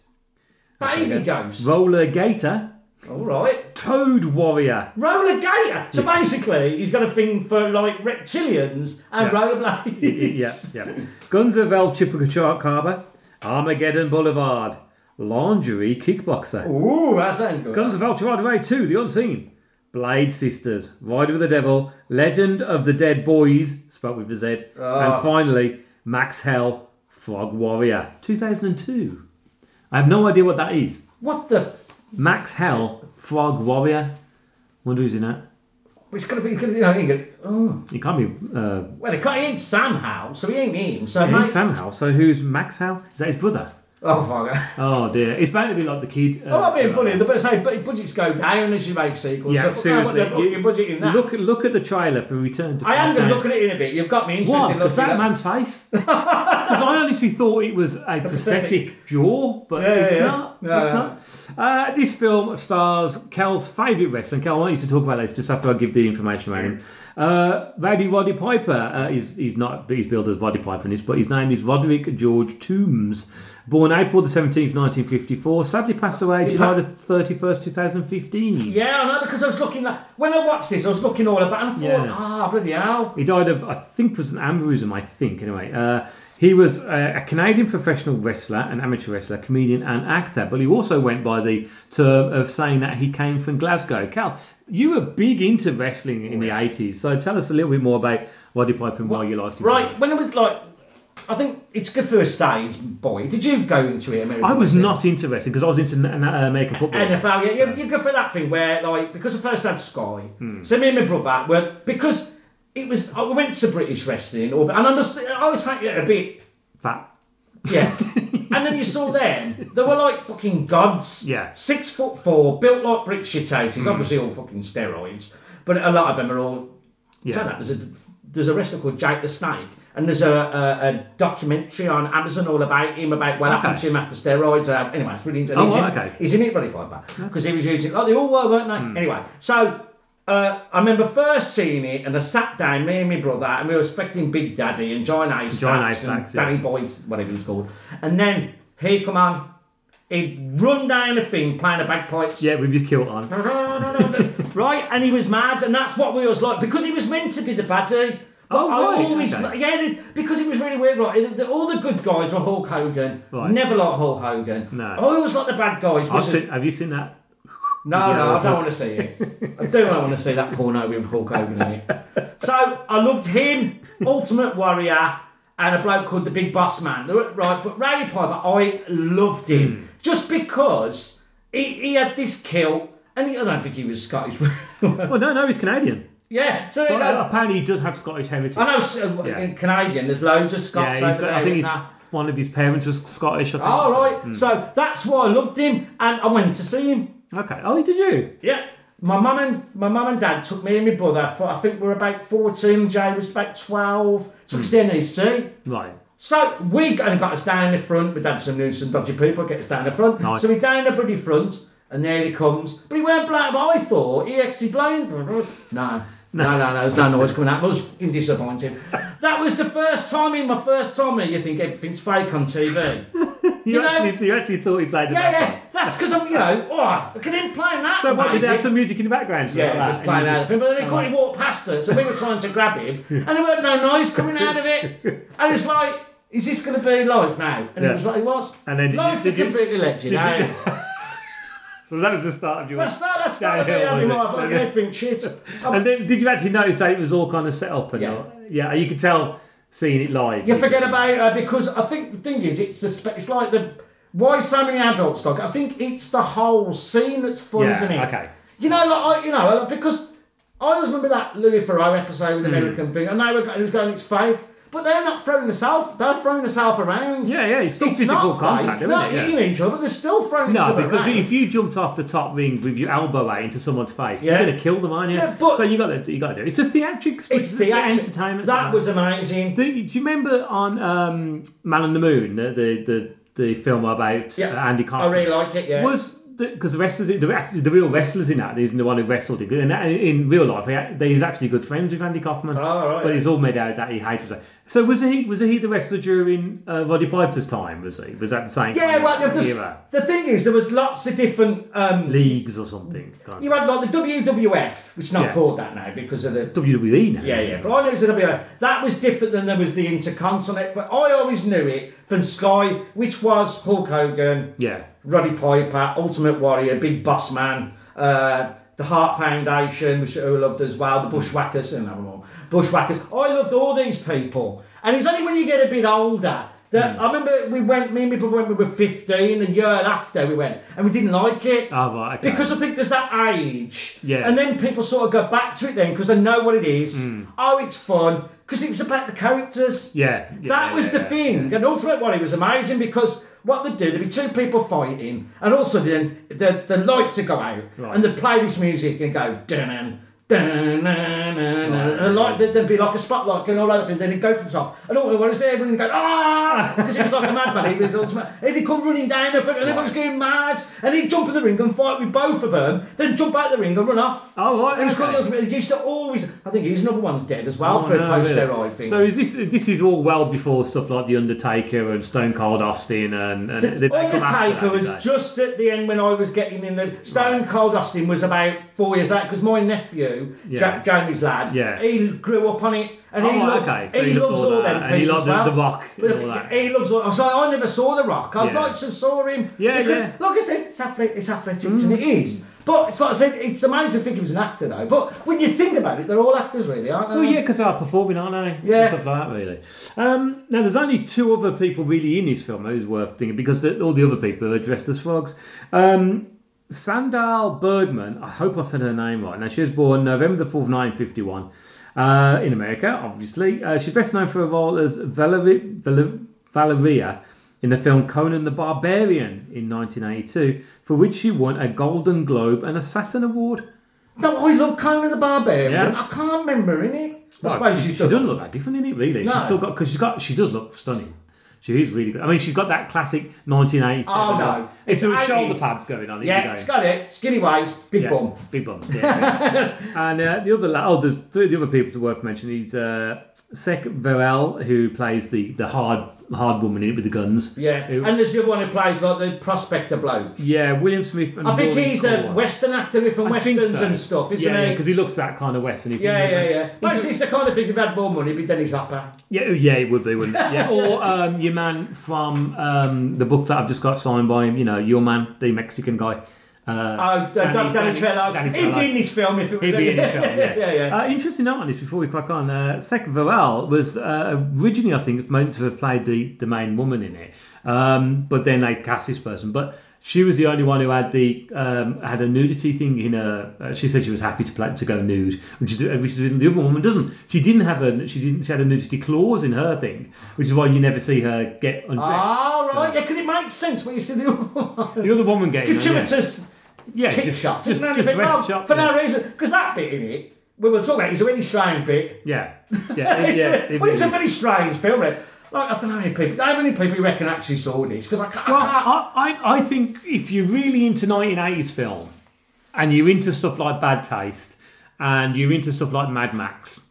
Speaker 7: Baby ghost.
Speaker 6: Roller Gator,
Speaker 7: Alright.
Speaker 6: Toad Warrior.
Speaker 7: Roller gator. So basically, he's got a thing for like reptilians
Speaker 6: Yeah.
Speaker 7: and rollerblades.
Speaker 6: Yeah, yeah. Guns of El Chupacabra, Armageddon Boulevard, Laundry Kickboxer,
Speaker 7: Ooh, that sounds good.
Speaker 6: Guns of El Chupacabra 2, The Unseen, Blade Sisters, Rider of the Devil, Legend of the Dead Boys, spelt with a Z,
Speaker 7: Ah.
Speaker 6: and finally, Max Hell, Frog Warrior, 2002. I have no idea what that is.
Speaker 7: What the?
Speaker 6: Max Hell, Frog Warrior. wonder who's in that.
Speaker 7: It's gonna be because you know. He ain't gonna, oh.
Speaker 6: It can't be uh,
Speaker 7: Well, he, can't, he ain't Sam Howe, so he ain't him. So
Speaker 6: Hey,
Speaker 7: mate,
Speaker 6: Sam Howell. So who's Max Howell? Is that his brother?
Speaker 7: oh
Speaker 6: *laughs*
Speaker 7: fuck.
Speaker 6: Oh dear, it's bound to be like the kid. Uh,
Speaker 7: Oh, I'm not being funny. The but say but budgets go down as you make sequels.
Speaker 6: Yeah,
Speaker 7: so,
Speaker 6: seriously.
Speaker 7: You, you, budget in that.
Speaker 6: Look, look at the trailer for Return to.
Speaker 7: I am going
Speaker 6: Frogtown.
Speaker 7: to look at it in a bit. You've got me interested.
Speaker 6: What?
Speaker 7: in
Speaker 6: Was that
Speaker 7: looking at-
Speaker 6: man's
Speaker 7: *laughs*
Speaker 6: face? Because I honestly thought it was a, prosthetic, jaw, but
Speaker 7: Yeah, yeah,
Speaker 6: it's
Speaker 7: yeah.
Speaker 6: not.
Speaker 7: No,
Speaker 6: it's
Speaker 7: no.
Speaker 6: not. Uh, this film stars Cal's favourite wrestler. And Cal, I want you to talk about this just after I give the information around him. Uh, Rowdy Roddy Piper. Uh, he's, he's not. He's billed as Roddy Piper in this, but his name is Roderick George Toombs. Born April the seventeenth, nineteen fifty-four. Sadly passed away July the thirty-first, two thousand fifteen.
Speaker 7: Yeah, I know because I was looking like when I watched this, I was looking all about and I thought,
Speaker 6: Yeah.
Speaker 7: ah, bloody hell.
Speaker 6: He died of, I think, was an aneurysm. I think, anyway. Uh, he was a, a Canadian professional wrestler, an amateur wrestler, comedian, and actor. But he also went by the term of saying that he came from Glasgow. Cal, you were big into wrestling in the eighties, so tell us a little bit more about Roddy Piper and why you liked him.
Speaker 7: Right, when I was like, I think it's good for a stage boy. Did you go into it? American
Speaker 6: I was
Speaker 7: wrestling?
Speaker 6: not into wrestling because I was into na- na- American football.
Speaker 7: NFL, yeah, you, you go for that thing where, like, because I first had Sky,
Speaker 6: Hmm.
Speaker 7: so me and my brother were, because it was, I went to British wrestling, or, and I, understood, I always found it a bit,
Speaker 6: Fat.
Speaker 7: yeah.
Speaker 6: *laughs*
Speaker 7: and then you saw them, they were like fucking gods.
Speaker 6: Yeah. Hmm.
Speaker 7: Six foot four, built like brick shit houses, obviously all fucking steroids, but a lot of them are all Tell
Speaker 6: Yeah.
Speaker 7: that, there's a there's a wrestler called Jake the Snake, and there's a, a, a documentary on Amazon all about him, about what happened
Speaker 6: Okay.
Speaker 7: to him after steroids. Uh, anyway, it's really interesting.
Speaker 6: Oh,
Speaker 7: he's,
Speaker 6: right,
Speaker 7: in,
Speaker 6: okay. Hmm.
Speaker 7: he's in it, Roddy Piper, because he was using like they all were, weren't they? Anyway, so uh, I remember first seeing it, and I sat down, me and my brother, and we were expecting Big Daddy and John Ace,
Speaker 6: John
Speaker 7: and
Speaker 6: Astax, yeah.
Speaker 7: Danny Boyce, whatever he's called, and then he come on, he'd run down a thing playing the
Speaker 6: *laughs*
Speaker 7: bagpipes
Speaker 6: Yeah, with his kilt on.
Speaker 7: *laughs* right? And he was mad, and that's what we was like because he was meant to be the baddie. But
Speaker 6: Oh,
Speaker 7: I
Speaker 6: right,
Speaker 7: always,
Speaker 6: okay.
Speaker 7: yeah, the- because it was really weird, right? the- the- all the good guys were Hulk Hogan.
Speaker 6: Right.
Speaker 7: Never like Hulk Hogan.
Speaker 6: No.
Speaker 7: I always like the bad guys.
Speaker 6: I've
Speaker 7: was it-
Speaker 6: seen, have you seen that?
Speaker 7: no,
Speaker 6: Yeah,
Speaker 7: no, I
Speaker 6: Hulk.
Speaker 7: don't want to see it. I do not want to see that porno with Hulk Hogan in it. So I loved him, Ultimate Warrior, and a bloke called the Big Boss Man. They were- Right, but Ray Piper, I loved him
Speaker 6: Hmm.
Speaker 7: just because he, he had this kill, and he, I don't think he was Scottish. *laughs*
Speaker 6: Well, no, no, he's Canadian.
Speaker 7: yeah, so
Speaker 6: But,
Speaker 7: you know,
Speaker 6: uh, apparently, he does have Scottish heritage.
Speaker 7: I know so, uh,
Speaker 6: Yeah.
Speaker 7: in Canadian, there's loads of
Speaker 6: yeah,
Speaker 7: Scots
Speaker 6: he's
Speaker 7: over
Speaker 6: got,
Speaker 7: there.
Speaker 6: I think he's,
Speaker 7: and that. Oh,
Speaker 6: one of his parents was Scottish. I think,
Speaker 7: All
Speaker 6: so.
Speaker 7: right,
Speaker 6: Hmm.
Speaker 7: so that's why I loved him, and I went to see him.
Speaker 6: Okay. Oh, did you?
Speaker 7: Yeah. My mum and my mum and dad took me and my brother. For, I think we were about fourteen. Jay was about twelve.
Speaker 6: Hmm.
Speaker 7: Took us to NEC.
Speaker 6: Right. *laughs*
Speaker 7: So we got, and got us down in the front. My dad some news, some dodgy people get us down the front.
Speaker 6: Nice.
Speaker 7: So we down
Speaker 6: *laughs*
Speaker 7: the bloody front, and there he comes. But he weren't black. But I thought he actually blind. No, No, no, no, there's no noise coming out. I was fucking disappointed. That was the first time in my first time where you think everything's fake
Speaker 6: *laughs*
Speaker 7: on TV.
Speaker 6: You,
Speaker 7: You know-
Speaker 6: actually, you actually thought he played the
Speaker 7: Yeah,
Speaker 6: background.
Speaker 7: yeah, that's because I'm, you know, oh, I couldn't play that.
Speaker 6: So what, did they
Speaker 7: amazing.
Speaker 6: have some music in the background?
Speaker 7: Yeah,
Speaker 6: like
Speaker 7: just
Speaker 6: that?
Speaker 7: playing
Speaker 6: And you Oh,
Speaker 7: out of him. But then he quickly walked past us, and we were trying to grab
Speaker 6: *laughs*
Speaker 7: him, and there weren't no noise coming out of it. And it's like, is this going to be live now? And
Speaker 6: Yeah.
Speaker 7: it was like, it was.
Speaker 6: And then did you-
Speaker 7: live
Speaker 6: did
Speaker 7: to
Speaker 6: you-
Speaker 7: completely let you
Speaker 6: did
Speaker 7: know.
Speaker 6: you- *laughs* So that was the start of your.
Speaker 7: that's not that's not
Speaker 6: Downhill,
Speaker 7: me having
Speaker 6: was it?
Speaker 7: live. Like,
Speaker 6: Yeah. *laughs*
Speaker 7: everything shit. I'm-
Speaker 6: And then, did you actually notice that it was all kind of set up and
Speaker 7: Yeah.
Speaker 6: all- yeah, you could tell seeing it live.
Speaker 7: You forget about it uh, because I think the thing is, it's the spe- it's like the why so many adults like. I think it's the whole scene that's fun,
Speaker 6: Yeah,
Speaker 7: isn't it?
Speaker 6: okay.
Speaker 7: You know, like I, you know, like, because I always remember that Louis Farrar episode
Speaker 6: Hmm.
Speaker 7: with the American thing. I know we're go- he was going, it's fake, but they're not throwing the self. They're throwing the self around.
Speaker 6: Yeah, yeah, it's still
Speaker 7: It's
Speaker 6: physical
Speaker 7: not
Speaker 6: contact,
Speaker 7: fake.
Speaker 6: isn't
Speaker 7: not
Speaker 6: it? Yeah.
Speaker 7: eating each other. They're still throwing each
Speaker 6: No,
Speaker 7: other
Speaker 6: because
Speaker 7: around.
Speaker 6: if you jumped off the top ring with your elbow out into someone's face,
Speaker 7: Yeah.
Speaker 6: you're going to kill them, aren't you?
Speaker 7: Yeah, but-
Speaker 6: so you got to you got to do. it. It's a theatrics.
Speaker 7: it's the action.
Speaker 6: entertainment.
Speaker 7: That was amazing.
Speaker 6: Do, you- do you remember on um, Man on the Moon the the the, the film about
Speaker 7: Yeah.
Speaker 6: uh, Andy
Speaker 7: I
Speaker 6: Kaufman?
Speaker 7: really like it. Yeah.
Speaker 6: Was because the wrestlers, the, actually the real wrestlers in that isn't the one who wrestled it. And that- in real life, he, act- they was actually good friends with Andy Kaufman.
Speaker 7: Oh, right.
Speaker 6: But it's all made out that he hated. Him. So was he was he the wrestler during uh, Roddy Piper's time? Was he was that the same? kind
Speaker 7: yeah,
Speaker 6: of
Speaker 7: well, the, the,
Speaker 6: era?
Speaker 7: the thing is, there was lots of different um,
Speaker 6: leagues or something. kind
Speaker 7: You had like the WWF, which is not
Speaker 6: Yeah.
Speaker 7: called that now because of the.
Speaker 6: of. WWE E now.
Speaker 7: Yeah,
Speaker 6: isn't
Speaker 7: yeah.
Speaker 6: it?
Speaker 7: But I knew it was the WWF. That was different than there was the Intercontinental. But I always knew it from Sky, which was Hulk Hogan,
Speaker 6: yeah.
Speaker 7: Roddy Piper, Ultimate Warrior, Big Boss Man, uh, the Heart Foundation, which I loved as well, the Bushwhackers, and another one. Bushwhackers. Oh, I loved all these people. And it's only when you get a bit older. That,
Speaker 6: Hmm.
Speaker 7: I remember we went, me and my brother went, when we were 15, a year after we went, and we didn't like it.
Speaker 6: Oh, right, okay.
Speaker 7: Because I think there's that age.
Speaker 6: Yeah. Hmm.
Speaker 7: And then people sort of go back to it then because they know what it is. Oh, it's fun. Because it was about the characters.
Speaker 6: Yeah, yeah,
Speaker 7: that
Speaker 6: yeah,
Speaker 7: was the
Speaker 6: yeah,
Speaker 7: thing. And Ultimate Warrior was amazing because what they'd do, there'd be two people fighting, and also then the, the lights would go out,
Speaker 6: Right.
Speaker 7: and they'd play this music and go, dun dun dun dun
Speaker 6: Right.
Speaker 7: and the light, there'd, there'd be like a spotlight going all over the thing, then it'd go to the top, and Ultimate Warrior was there, everyone would go, ah! Because it was like a madman, he was Ultimate. And he'd come running down, the front, and everyone's going mad, and he'd jump in the ring and fight with both of them, then jump out the ring and run off.
Speaker 6: Oh, right,
Speaker 7: It was
Speaker 6: okay.
Speaker 7: called the Ultimate. He used to always, I think he's another one's dead as well
Speaker 6: Oh,
Speaker 7: for a
Speaker 6: no,
Speaker 7: post
Speaker 6: really.
Speaker 7: steroid thing.
Speaker 6: So is this this is all well before stuff like the Undertaker and Stone Cold Austin and, and did they come after that,
Speaker 7: Undertaker
Speaker 6: did
Speaker 7: was
Speaker 6: they?
Speaker 7: just at the end when I was getting in the Stone Cold Austin was about four years out because my nephew
Speaker 6: Yeah.
Speaker 7: Jack Jamie's lad
Speaker 6: Yeah,
Speaker 7: he grew up on it and
Speaker 6: Oh,
Speaker 7: he
Speaker 6: right,
Speaker 7: loved
Speaker 6: okay, so
Speaker 7: he,
Speaker 6: he loved
Speaker 7: loves
Speaker 6: all
Speaker 7: all
Speaker 6: that,
Speaker 7: them
Speaker 6: and he
Speaker 7: people
Speaker 6: loves
Speaker 7: as well.
Speaker 6: The Rock
Speaker 7: But
Speaker 6: and all that.
Speaker 7: he loves all. So I never saw the Rock. I'd
Speaker 6: Yeah.
Speaker 7: like to saw him.
Speaker 6: Yeah,
Speaker 7: because,
Speaker 6: yeah. Mm.
Speaker 7: Like I said, it's athletic. It's athletic, and it is. But it's like I said, it's amazing. to think he was an actor though. But when you think about it, they're all actors really, aren't they?
Speaker 6: Oh yeah, because they are performing, aren't they?
Speaker 7: Uh, Yeah.
Speaker 6: And stuff like that, really. Um, now, there's only two other people really in this film who's worth thinking because the, all the other people are dressed as frogs. Um, Sandal Bergman, I hope I said her name right. Now, she was born November the 4th, 1951, uh, in America, obviously. Uh, she's best known for her role as Valerie, Val- Valeria in the film Conan the Barbarian in 1982, for which she won a Golden Globe and a Saturn Award.
Speaker 7: No, I love Conan the Barbarian.
Speaker 6: Yeah.
Speaker 7: I can't remember in it. I
Speaker 6: Well,
Speaker 7: suppose
Speaker 6: she,
Speaker 7: she's
Speaker 6: she doesn't look that different in it, really.
Speaker 7: No.
Speaker 6: She's still got because she's got she does look stunning. She is really good. I mean, she's got that classic 1980s.
Speaker 7: Oh,
Speaker 6: look.
Speaker 7: no.
Speaker 6: it's,
Speaker 7: It's
Speaker 6: a shoulder
Speaker 7: 80s.
Speaker 6: pads going on.
Speaker 7: Yeah, it's got it. Skinny waist, big bum.
Speaker 6: Big bum. Yeah,
Speaker 7: *laughs*
Speaker 6: yeah. and uh, the other la- oh, there's three of the other people worth mentioning. He's uh, Sek Verel, who plays the the hard hard woman in it with the guns.
Speaker 7: Yeah.
Speaker 6: Who-
Speaker 7: And there's the other one who plays like the prospector bloke.
Speaker 6: yeah, William Smith. And
Speaker 7: I think
Speaker 6: Rory
Speaker 7: he's a
Speaker 6: Corwin.
Speaker 7: Western actor with from
Speaker 6: I think
Speaker 7: Westerns
Speaker 6: so.
Speaker 7: and stuff, isn't
Speaker 6: yeah,
Speaker 7: he?
Speaker 6: Because he looks that kind of Western. if you
Speaker 7: yeah,
Speaker 6: know what I
Speaker 7: yeah,
Speaker 6: mean.
Speaker 7: yeah. But it's, it's the kind of thing if you had more money, it'd be Dennis Hopper.
Speaker 6: Yeah, oh, yeah, it would be, wouldn't it? Yeah. or um, your man from um, the book that I've just got signed by him, you know, your man, the Mexican guy.
Speaker 7: Oh, Danny, Danny,
Speaker 6: Danny-
Speaker 7: Trello.
Speaker 6: Danny
Speaker 7: He'd
Speaker 6: Trello.
Speaker 7: be in this film if it was
Speaker 6: He'd be in the
Speaker 7: any-
Speaker 6: film,
Speaker 7: *laughs*
Speaker 6: yeah.
Speaker 7: yeah, yeah.
Speaker 6: Uh, interesting note on this before we crack on. Uh, Sek Varel was uh, originally, I think, meant to have played the, the main woman in it, um, but then they cast this person. But she was the only one who had the um, had a nudity thing in her. Uh, she said she was happy to play, to go nude, which is which is the other woman doesn't. She didn't have a she didn't she had a nudity clause in her thing, which is why you never see her get undressed.
Speaker 7: Ah, right, yeah, because it makes sense when you see the other
Speaker 6: The other woman getting
Speaker 7: gratuitous
Speaker 6: yeah,
Speaker 7: tit
Speaker 6: just-
Speaker 7: shot.
Speaker 6: just,
Speaker 7: isn't it?
Speaker 6: just
Speaker 7: Anything
Speaker 6: breast
Speaker 7: wrong
Speaker 6: shot,
Speaker 7: for
Speaker 6: yeah.
Speaker 7: no reason. Because that bit in it, we were talking about, it's a really strange bit.
Speaker 6: Yeah, yeah,
Speaker 7: *laughs* It's
Speaker 6: yeah.
Speaker 7: a-
Speaker 6: it
Speaker 7: well, it's a
Speaker 6: is.
Speaker 7: very strange film. It. Like I don't know how many people, how many people you reckon actually saw this? Because I, can't.
Speaker 6: Well,
Speaker 7: I can't
Speaker 6: I, I, I think if you're really into 1980s film and you're into stuff like Bad Taste and you're into stuff like Mad Max,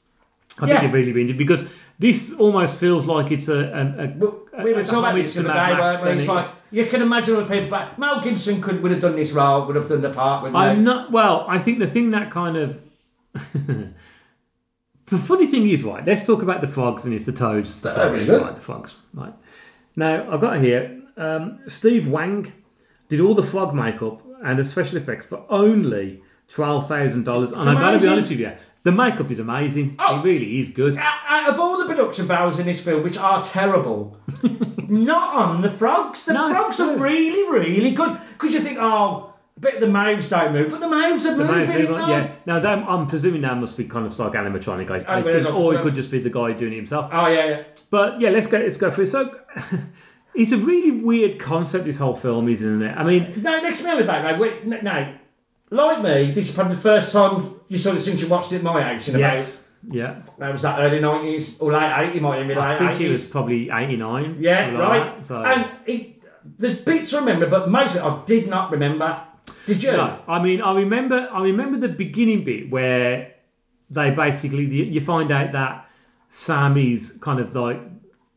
Speaker 6: I
Speaker 7: Yeah.
Speaker 6: think you're really into because this almost feels like it's a. a, a
Speaker 7: We were
Speaker 6: a
Speaker 7: talking about
Speaker 6: homage
Speaker 7: this
Speaker 6: to
Speaker 7: the other
Speaker 6: Mad
Speaker 7: day,
Speaker 6: Max,
Speaker 7: weren't we?
Speaker 6: then
Speaker 7: It's
Speaker 6: it-
Speaker 7: like, you can imagine other people, but Mel Gibson could would have done this role, would have done the part, wouldn't
Speaker 6: I'm
Speaker 7: he?
Speaker 6: not. Well, I think the thing that kind of. *laughs* the funny thing is, right, let's talk about the frogs and it's the toads. The
Speaker 7: That'd be
Speaker 6: frogs.
Speaker 7: good.
Speaker 6: Right, the frogs. Right. Now, I've got here um, Steve Wang did all the frog makeup and the special effects for only $12,000. And I've got to be
Speaker 7: amazing.
Speaker 6: honest with you, the makeup is amazing.
Speaker 7: Oh.
Speaker 6: It really is good.
Speaker 7: Out- Out of all the production values in this film, which are
Speaker 6: *laughs*
Speaker 7: terrible, not on the frogs. The
Speaker 6: No,
Speaker 7: frogs are
Speaker 6: no.
Speaker 7: really, really good. Because you think, oh, I bet the mouths don't move, but the mouths are
Speaker 6: Now,
Speaker 7: moving.
Speaker 6: do you want-
Speaker 7: no.
Speaker 6: yeah. Now, that, I'm presuming that must be kind of like animatronic, I, I
Speaker 7: Oh, yeah,
Speaker 6: think,
Speaker 7: no,
Speaker 6: or it
Speaker 7: no.
Speaker 6: could just be the guy doing it himself.
Speaker 7: Oh yeah, yeah.
Speaker 6: But yeah, let's go. Let's go through. So *laughs* it's a really weird concept. This whole film, isn't it? I mean,
Speaker 7: No, next me on the back, mate. Wait, no, no. like me, this is probably the first time you saw it since you watched it at my house. In
Speaker 6: yes, yeah.
Speaker 7: about, that was that early nineties or late eighty, might have been late
Speaker 6: I think it
Speaker 7: 80s.
Speaker 6: was probably eighty nine.
Speaker 7: Yeah, right.
Speaker 6: So
Speaker 7: And it, there's bits I remember, but mostly I did not remember. Did you?
Speaker 6: no, I mean, I remember. I remember the beginning bit where they basically you find out that Sammy's kind of like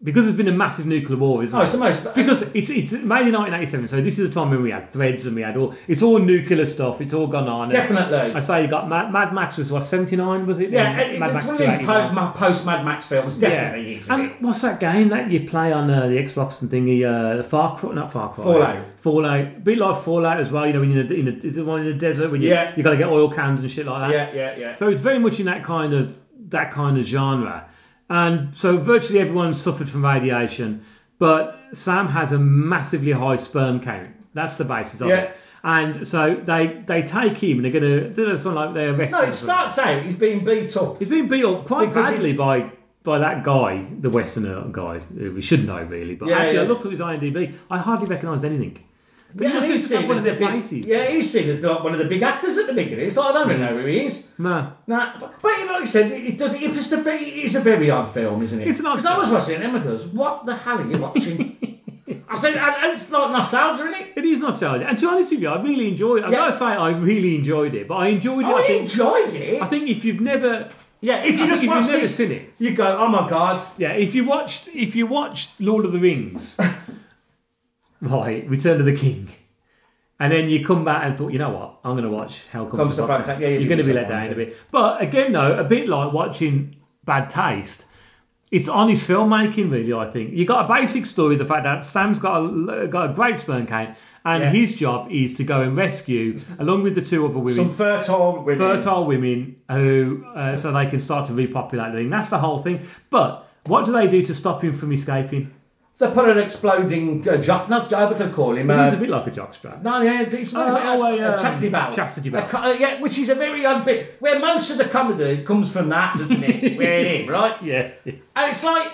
Speaker 6: because there's been a massive nuclear war, isn't
Speaker 7: Oh,
Speaker 6: it?
Speaker 7: it's the most.
Speaker 6: because it's it's made in 1987, so this is a time when we had threads and we had all it's all nuclear stuff. It's all gone on.
Speaker 7: Definitely.
Speaker 6: I say you got Mad, Mad Max was what 79 was it?
Speaker 7: yeah,
Speaker 6: Mad
Speaker 7: it, it's
Speaker 6: Max
Speaker 7: one of
Speaker 6: to
Speaker 7: these
Speaker 6: 81.
Speaker 7: po- post Mad Max films. Definitely is.
Speaker 6: And what's that game that you play on uh, the Xbox and thingy? Uh, Far Cry, not Far Cry.
Speaker 7: Fallout.
Speaker 6: Fallout. A bit like Fallout as well. You know, when you're in a, in a, is it one in the desert when you
Speaker 7: Yeah.
Speaker 6: you got to get oil cans and shit like that.
Speaker 7: Yeah, yeah, yeah.
Speaker 6: So it's very much in that kind of that kind of genre, and so virtually everyone suffered from radiation, but Sam has a massively high sperm count. That's the basis of
Speaker 7: Yeah.
Speaker 6: it. And so they they take him and they're gonna do something like they arrest
Speaker 7: no,
Speaker 6: him.
Speaker 7: it starts out he's being beat up.
Speaker 6: He's been beat up quite
Speaker 7: Because
Speaker 6: badly by by that guy, the Westerner guy, who we should know really. But
Speaker 7: Yeah,
Speaker 6: actually, I
Speaker 7: yeah.
Speaker 6: looked at his IMDb. I hardly recognised anything. But you
Speaker 7: Yeah,
Speaker 6: must
Speaker 7: he's
Speaker 6: have
Speaker 7: seen
Speaker 6: seen one
Speaker 7: as
Speaker 6: of
Speaker 7: the
Speaker 6: their
Speaker 7: big-
Speaker 6: faces. Hmm.
Speaker 7: Yeah, he's seen as like one of the big actors at the beginning. It's like I don't even know who he is.
Speaker 6: No.
Speaker 7: Nah, but, but you know, like I said, it, it does. If it's the, it's a very odd film, isn't it?
Speaker 6: It's an odd
Speaker 7: Because I
Speaker 6: film.
Speaker 7: was watching it, and I goes, "What the hell are you watching?" *laughs* I said, and, and "It's like nostalgia, isn't it?"
Speaker 6: It is nostalgia. And to be honest with you, I really enjoyed it. I've
Speaker 7: Yeah.
Speaker 6: got to say, I really enjoyed it. But I enjoyed it.
Speaker 7: I
Speaker 6: I, think,
Speaker 7: enjoyed it.
Speaker 6: I think if you've never.
Speaker 7: yeah, if
Speaker 6: I
Speaker 7: you just
Speaker 6: think if
Speaker 7: watch
Speaker 6: you've never
Speaker 7: this,
Speaker 6: seen it.
Speaker 7: you go, "Oh my god!"
Speaker 6: Yeah, if you watched if you watched Lord of the
Speaker 7: *laughs*
Speaker 6: Rings, right, Return to the King, and then you come back and thought, you know what, I'm going to watch Hell Comes,
Speaker 7: Comes
Speaker 6: the
Speaker 7: the
Speaker 6: Fox
Speaker 7: Fox-
Speaker 6: Hound."
Speaker 7: yeah, you'd
Speaker 6: you're
Speaker 7: be
Speaker 6: going to be let down a
Speaker 7: disappointed.
Speaker 6: bit. But again, though, a bit like watching Bad Taste. It's honest filmmaking, really. I think you got a basic story: the fact that Sam's got a got a great sperm count, and
Speaker 7: Yeah.
Speaker 6: his job is to go and rescue, along with the two other women,
Speaker 7: Some fertile women.
Speaker 6: fertile women who uh, so they can start to repopulate the thing. That's the whole thing. But what do they do to stop him from escaping?
Speaker 7: They put an exploding uh, jock. Not uh, what they call him.
Speaker 6: He's
Speaker 7: Uh,
Speaker 6: a bit like a jockstrap.
Speaker 7: no, yeah, it's
Speaker 6: Oh,
Speaker 7: like a,
Speaker 6: oh, a,
Speaker 7: a
Speaker 6: um,
Speaker 7: chastity belt.
Speaker 6: chastity belt.
Speaker 7: A co- uh, yeah, which is a very odd bit where most of the comedy comes from that, doesn't *laughs* it? Where it is, right?
Speaker 6: Yeah.
Speaker 7: And it's like,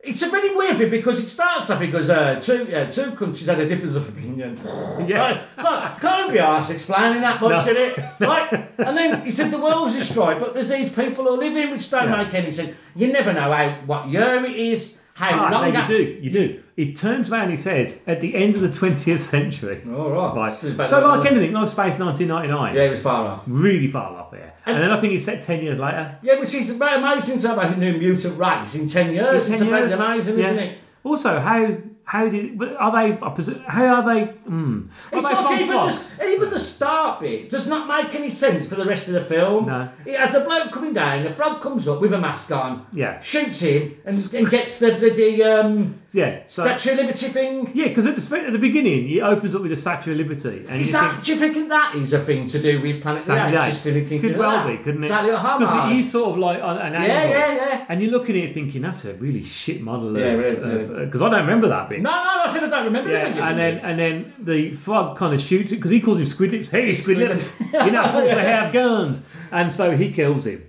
Speaker 7: it's a really weird thing because it starts off, it goes, uh, two, uh, two countries had a difference of opinion.
Speaker 6: *laughs* Yeah.
Speaker 7: It's like, can't be arsed explaining that much,
Speaker 6: No.
Speaker 7: did it?
Speaker 6: *laughs*
Speaker 7: Right? And then he said the world's destroyed, but there's these people who live in which don't
Speaker 6: Yeah.
Speaker 7: make any sense. You never know how, what year it is, how
Speaker 6: Ah,
Speaker 7: long
Speaker 6: no, you
Speaker 7: that-
Speaker 6: do, you do. It turns around, he says, at the end of the 20th century.
Speaker 7: All right.
Speaker 6: Right.
Speaker 7: This is about
Speaker 6: So,
Speaker 7: that
Speaker 6: like
Speaker 7: long.
Speaker 6: anything, like Space 1999,
Speaker 7: Yeah, it was far off.
Speaker 6: really far off there. And, then I think it's set 10 years later.
Speaker 7: Yeah, which is amazing to have a new mutant race in 10 years. it's
Speaker 6: 10
Speaker 7: about
Speaker 6: years.
Speaker 7: amazing,
Speaker 6: Yeah.
Speaker 7: isn't it?
Speaker 6: Also, how how did but are they? I presu- How are they? Mm, are
Speaker 7: It's
Speaker 6: they
Speaker 7: like
Speaker 6: from
Speaker 7: even
Speaker 6: Fox?
Speaker 7: the, even the start bit does not make any sense for the rest of the film.
Speaker 6: No.
Speaker 7: It has a bloke coming down, a frog comes up with a mask on,
Speaker 6: Yeah.
Speaker 7: shoots him, and, and gets the bloody um,
Speaker 6: Yeah. So
Speaker 7: Statue of Liberty thing.
Speaker 6: Yeah, because at the, at the beginning, it opens up with the Statue of Liberty. And
Speaker 7: Is
Speaker 6: you
Speaker 7: that,
Speaker 6: think,
Speaker 7: do you think that is a thing to do with Planet of the
Speaker 6: that-
Speaker 7: Apes?
Speaker 6: yeah,
Speaker 7: Just didn't think
Speaker 6: could
Speaker 7: of
Speaker 6: well
Speaker 7: that.
Speaker 6: be, couldn't it?
Speaker 7: It's like little
Speaker 6: Because
Speaker 7: homage.
Speaker 6: it is sort of like an, an animal.
Speaker 7: yeah, yeah.
Speaker 6: And you're looking at it thinking, that's a really shit model.
Speaker 7: Yeah,
Speaker 6: Because
Speaker 7: really, really.
Speaker 6: I don't remember that bit.
Speaker 7: No, no, I said I don't remember
Speaker 6: Yeah,
Speaker 7: that. you
Speaker 6: and
Speaker 7: know.
Speaker 6: then and then the frog kind of shoots it because he calls him Squidlips. Hey, Squidlips,
Speaker 7: Squidlips.
Speaker 6: you're not supposed to
Speaker 7: Yeah.
Speaker 6: have guns, and so he kills him.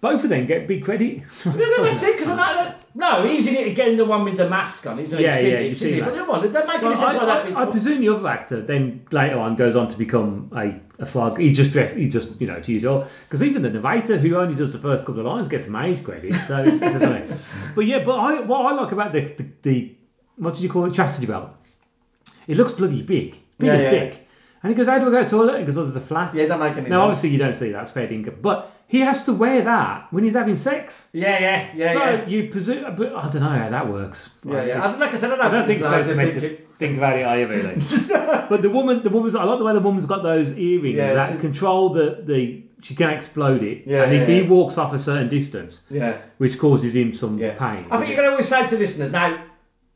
Speaker 6: Both of them get big
Speaker 7: *laughs*
Speaker 6: credit.
Speaker 7: No, no, that's it, because no, he's in it again, the one with the mask on, isn't he?
Speaker 6: Yeah,
Speaker 7: It's
Speaker 6: yeah,
Speaker 7: Phillips,
Speaker 6: you
Speaker 7: is
Speaker 6: see
Speaker 7: he?
Speaker 6: that.
Speaker 7: But the one, don't make any
Speaker 6: Well,
Speaker 7: sense why that
Speaker 6: I,
Speaker 7: bit's
Speaker 6: I, I presume the other actor then later on goes on to become a, a flag. He just dressed, he just, you know, to use it all. Because even the narrator, who only does the first couple of lines, gets made credit. So it's, it's something. But yeah, but I, what I like about the, the, the, what did you call it? Chastity belt. It looks bloody big, big
Speaker 7: Yeah,
Speaker 6: and
Speaker 7: yeah.
Speaker 6: thick. And he goes, How do I go to the toilet? He goes, Oh, there's a flap.
Speaker 7: Yeah, don't make
Speaker 6: Now,
Speaker 7: any sense.
Speaker 6: obviously, you don't see that's fair dinkum. But he has to wear that when he's having sex.
Speaker 7: Yeah, yeah, yeah,
Speaker 6: so
Speaker 7: yeah.
Speaker 6: you presume, but I don't know how that works.
Speaker 7: Yeah, yeah. I don't, like I said, I don't,
Speaker 6: I don't think
Speaker 7: it's
Speaker 6: so.
Speaker 7: allowed
Speaker 6: It's meant to
Speaker 7: think it-
Speaker 6: think about it either.
Speaker 7: *laughs*
Speaker 6: like. but the woman, the woman's. I like the way the woman's got those earrings
Speaker 7: Yeah,
Speaker 6: that
Speaker 7: it's-
Speaker 6: control the the. She can explode it,
Speaker 7: Yeah,
Speaker 6: and if
Speaker 7: yeah,
Speaker 6: he
Speaker 7: yeah.
Speaker 6: walks off a certain distance,
Speaker 7: Yeah.
Speaker 6: which causes him some
Speaker 7: Yeah.
Speaker 6: pain.
Speaker 7: I think you're going to always say to listeners now,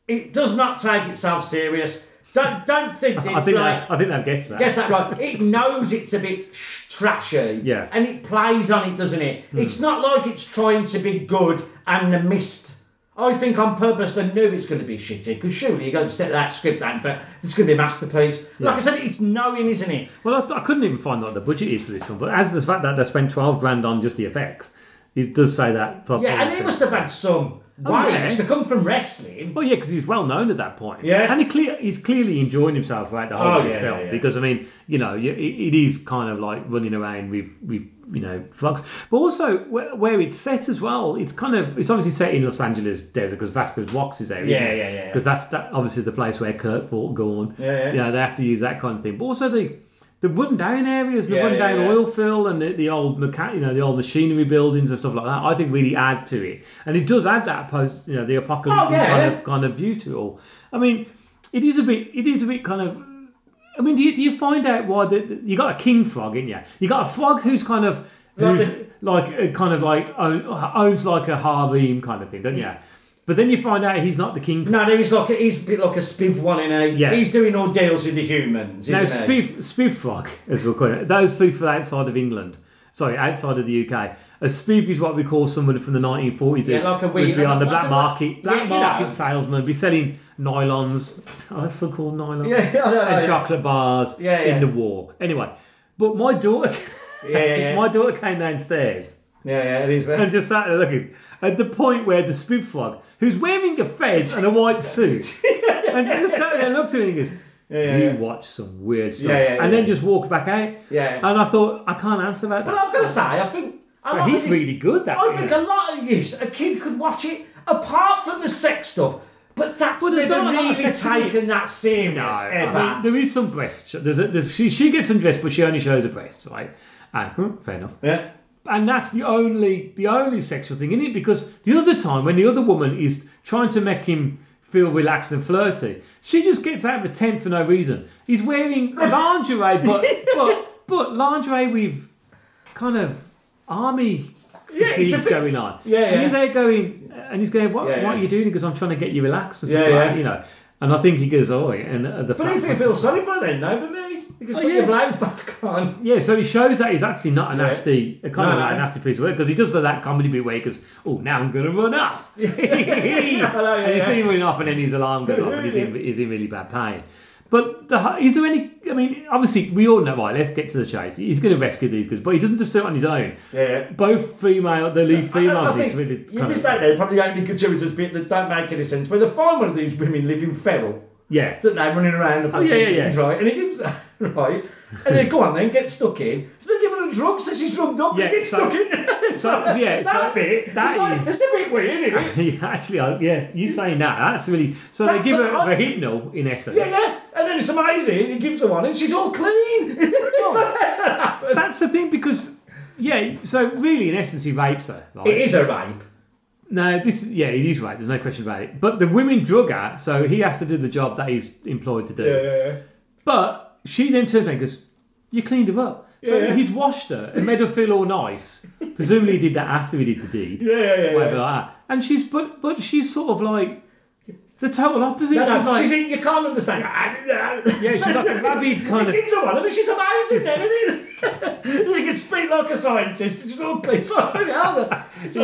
Speaker 7: it does not take itself serious. Don't don't think it's
Speaker 6: I think
Speaker 7: like.
Speaker 6: that, I think that gets that.
Speaker 7: Guess that right. It knows it's a bit sh- trashy,
Speaker 6: Yeah. Hmm.
Speaker 7: and it plays on it, doesn't it? It's not like it's trying to be good and the missed. I think on purpose they knew it's going to be shitty because surely you're going to set that script down for it's going to be a masterpiece. Like I said, it's knowing, isn't it?
Speaker 6: Well, I, I couldn't even find out what the budget is for this one, but as the fact that they spent twelve grand on just the effects, it does say that. prob-
Speaker 7: Yeah, and
Speaker 6: probably-
Speaker 7: he must have had some
Speaker 6: Oh,
Speaker 7: waves
Speaker 6: yeah.
Speaker 7: to come from wrestling.
Speaker 6: Well, Oh, yeah, because he's well known at that point.
Speaker 7: Yeah.
Speaker 6: and he clear, he's clearly enjoying himself throughout the whole
Speaker 7: Oh,
Speaker 6: of this
Speaker 7: yeah,
Speaker 6: film
Speaker 7: yeah, yeah.
Speaker 6: because I mean, you know, y- it, it is kind of like running around with with you know flux, but also where, where it's set as well. It's kind of it's obviously set in Los Angeles desert because Vasquez Rocks is there, isn't
Speaker 7: Yeah,
Speaker 6: it?
Speaker 7: yeah, yeah, yeah.
Speaker 6: Because that's that obviously the place where Kurt fought Gorn.
Speaker 7: Yeah, yeah.
Speaker 6: You know, they have to use that kind of thing, but also the. The rundown areas, the
Speaker 7: Yeah, yeah,
Speaker 6: rundown
Speaker 7: yeah.
Speaker 6: oil field, and the, the old mecha- you know the old machinery buildings and stuff like that, I think really add to it, and it does add that post you know the apocalyptic
Speaker 7: Oh, yeah,
Speaker 6: kind
Speaker 7: yeah.
Speaker 6: of kind of view to it all. I mean, it is a bit. It is a bit kind of. I mean, do you, do you find out why the, the- you got a king frog in you? You got a frog who's kind of
Speaker 7: Like
Speaker 6: who's
Speaker 7: the-
Speaker 6: like a kind of like own, owns like a harem kind of thing, don't you? But then you find out he's not the king. frog.
Speaker 7: No, no, he's like a, he's a bit like a spiv one in a.
Speaker 6: Yeah.
Speaker 7: He's doing ordeals with the humans,
Speaker 6: Now,
Speaker 7: isn't he?
Speaker 6: spiv, spiv frog, as we call it, those people outside of England, sorry, outside of the UK, a spiv is what we call someone from the 1940s
Speaker 7: Yeah,
Speaker 6: who
Speaker 7: like a
Speaker 6: would
Speaker 7: wheeler.
Speaker 6: be on the black
Speaker 7: Like a-
Speaker 6: market, black
Speaker 7: yeah, you know.
Speaker 6: market salesman, be selling nylons, *laughs* oh, that's so called nylons,
Speaker 7: Yeah, *laughs* yeah, I know,
Speaker 6: and
Speaker 7: yeah.
Speaker 6: chocolate bars
Speaker 7: Yeah, yeah.
Speaker 6: in the war. Anyway, but my daughter, *laughs*
Speaker 7: Yeah, yeah, yeah.
Speaker 6: my daughter came downstairs
Speaker 7: Yeah, yeah, it is. man.
Speaker 6: and *laughs* just sat there looking at the point where the spoof frog, who's wearing a fez and a white
Speaker 7: *laughs*
Speaker 6: suit, and just sat there and looked at me and goes, you watch some weird stuff,
Speaker 7: Yeah, yeah,
Speaker 6: and
Speaker 7: yeah.
Speaker 6: then just walked back out.
Speaker 7: Yeah.
Speaker 6: and I thought I can't answer that.
Speaker 7: But I've got to say, I think a lot
Speaker 6: he's
Speaker 7: of this,
Speaker 6: really good, that
Speaker 7: I think
Speaker 6: guy.
Speaker 7: a lot of this, a kid could watch it, apart from the sex stuff. But that's
Speaker 6: Well, there's
Speaker 7: never
Speaker 6: not a lot of
Speaker 7: really
Speaker 6: sex in it.
Speaker 7: taken that
Speaker 6: *laughs*
Speaker 7: serious
Speaker 6: No,
Speaker 7: ever.
Speaker 6: I mean, there is some breast. There's a, there's, she, she gets undressed, but she only shows her breast, right? And, hmm, fair enough.
Speaker 7: yeah.
Speaker 6: and that's the only the only sexual thing in it because the other time when the other woman is trying to make him feel relaxed and flirty, she just gets out of a tent for no reason. He's
Speaker 7: *laughs*
Speaker 6: wearing lingerie, but but but lingerie with kind of army
Speaker 7: Yeah, it's a
Speaker 6: fatigues
Speaker 7: bit-
Speaker 6: going on.
Speaker 7: Yeah,
Speaker 6: and
Speaker 7: yeah.
Speaker 6: you're there going, and he's going, what,
Speaker 7: Yeah,
Speaker 6: what are
Speaker 7: yeah.
Speaker 6: you doing? Because I'm trying to get you relaxed and stuff
Speaker 7: Yeah,
Speaker 6: like
Speaker 7: yeah.
Speaker 6: that, you know. And I think he goes, oh, yeah, and uh, the
Speaker 7: But if you feel sorry for them, no, but me. Because
Speaker 6: Oh,
Speaker 7: put
Speaker 6: yeah.
Speaker 7: your blouse back on.
Speaker 6: Yeah, so he shows that he's actually not a nasty, a kind
Speaker 7: No,
Speaker 6: of
Speaker 7: no.
Speaker 6: like a nasty piece of work because he does that comedy bit where he goes, "Oh, now I'm gonna run
Speaker 7: *laughs*
Speaker 6: off," *laughs* and you
Speaker 7: yeah.
Speaker 6: see him running off, and then his alarm goes off, and he's
Speaker 7: *laughs*
Speaker 6: in, he's in really bad pain. But the, hu- is there any? I mean, obviously we all know. Right, let's get to the chase. He's going to rescue these kids, but he doesn't just do it on his own.
Speaker 7: Yeah.
Speaker 6: Both female, the lead females,
Speaker 7: I think
Speaker 6: is really
Speaker 7: you
Speaker 6: kind of-
Speaker 7: missed out there, probably the only contributors bit that don't make any sense. Where they find one of these women living feral, *laughs*
Speaker 6: yeah.
Speaker 7: don't they, running around the
Speaker 6: Oh, yeah, yeah, yeah.
Speaker 7: things, right? And he gives *laughs* right. And then go on then, get stuck in. So they give her a drug, so she's drugged up,
Speaker 6: Yeah,
Speaker 7: and gets
Speaker 6: so-
Speaker 7: stuck in. *laughs*
Speaker 6: so, yeah, so
Speaker 7: that bit.
Speaker 6: that
Speaker 7: it's like,
Speaker 6: is-
Speaker 7: it's a bit
Speaker 6: *laughs*
Speaker 7: weird, isn't it?
Speaker 6: Yeah, actually, I- yeah, you saying that, that's really. So
Speaker 7: That's
Speaker 6: they give
Speaker 7: a-
Speaker 6: her a rehypnol in essence.
Speaker 7: Yeah, yeah. And then it's amazing, he gives her one and she's all clean. *laughs* it's like that's what happened.
Speaker 6: That's the thing because, yeah, so really, in essence, he rapes her. Right?
Speaker 7: It is a rape.
Speaker 6: No, this is, yeah, it is right. There's no question about it. But the women drug her, so he has to do the job that he's employed to do.
Speaker 7: yeah.
Speaker 6: But she then turns around and goes, You cleaned her up. So
Speaker 7: Yeah, yeah.
Speaker 6: he's washed her and made her feel all nice. Presumably, he did that after he did the deed.
Speaker 7: Yeah, yeah, yeah,
Speaker 6: Whatever
Speaker 7: yeah.
Speaker 6: like that. And she's, but, but she's sort of like the total opposite.
Speaker 7: No,
Speaker 6: she's
Speaker 7: no,
Speaker 6: like,
Speaker 7: she's in, you can't understand. yeah,
Speaker 6: yeah, she's like a
Speaker 7: *laughs*
Speaker 6: rabid kind of.
Speaker 7: He gives her one, and she's amazing. Then isn't he? *laughs* she can speak like a scientist. She's all it's like bloody hell. It's
Speaker 6: He-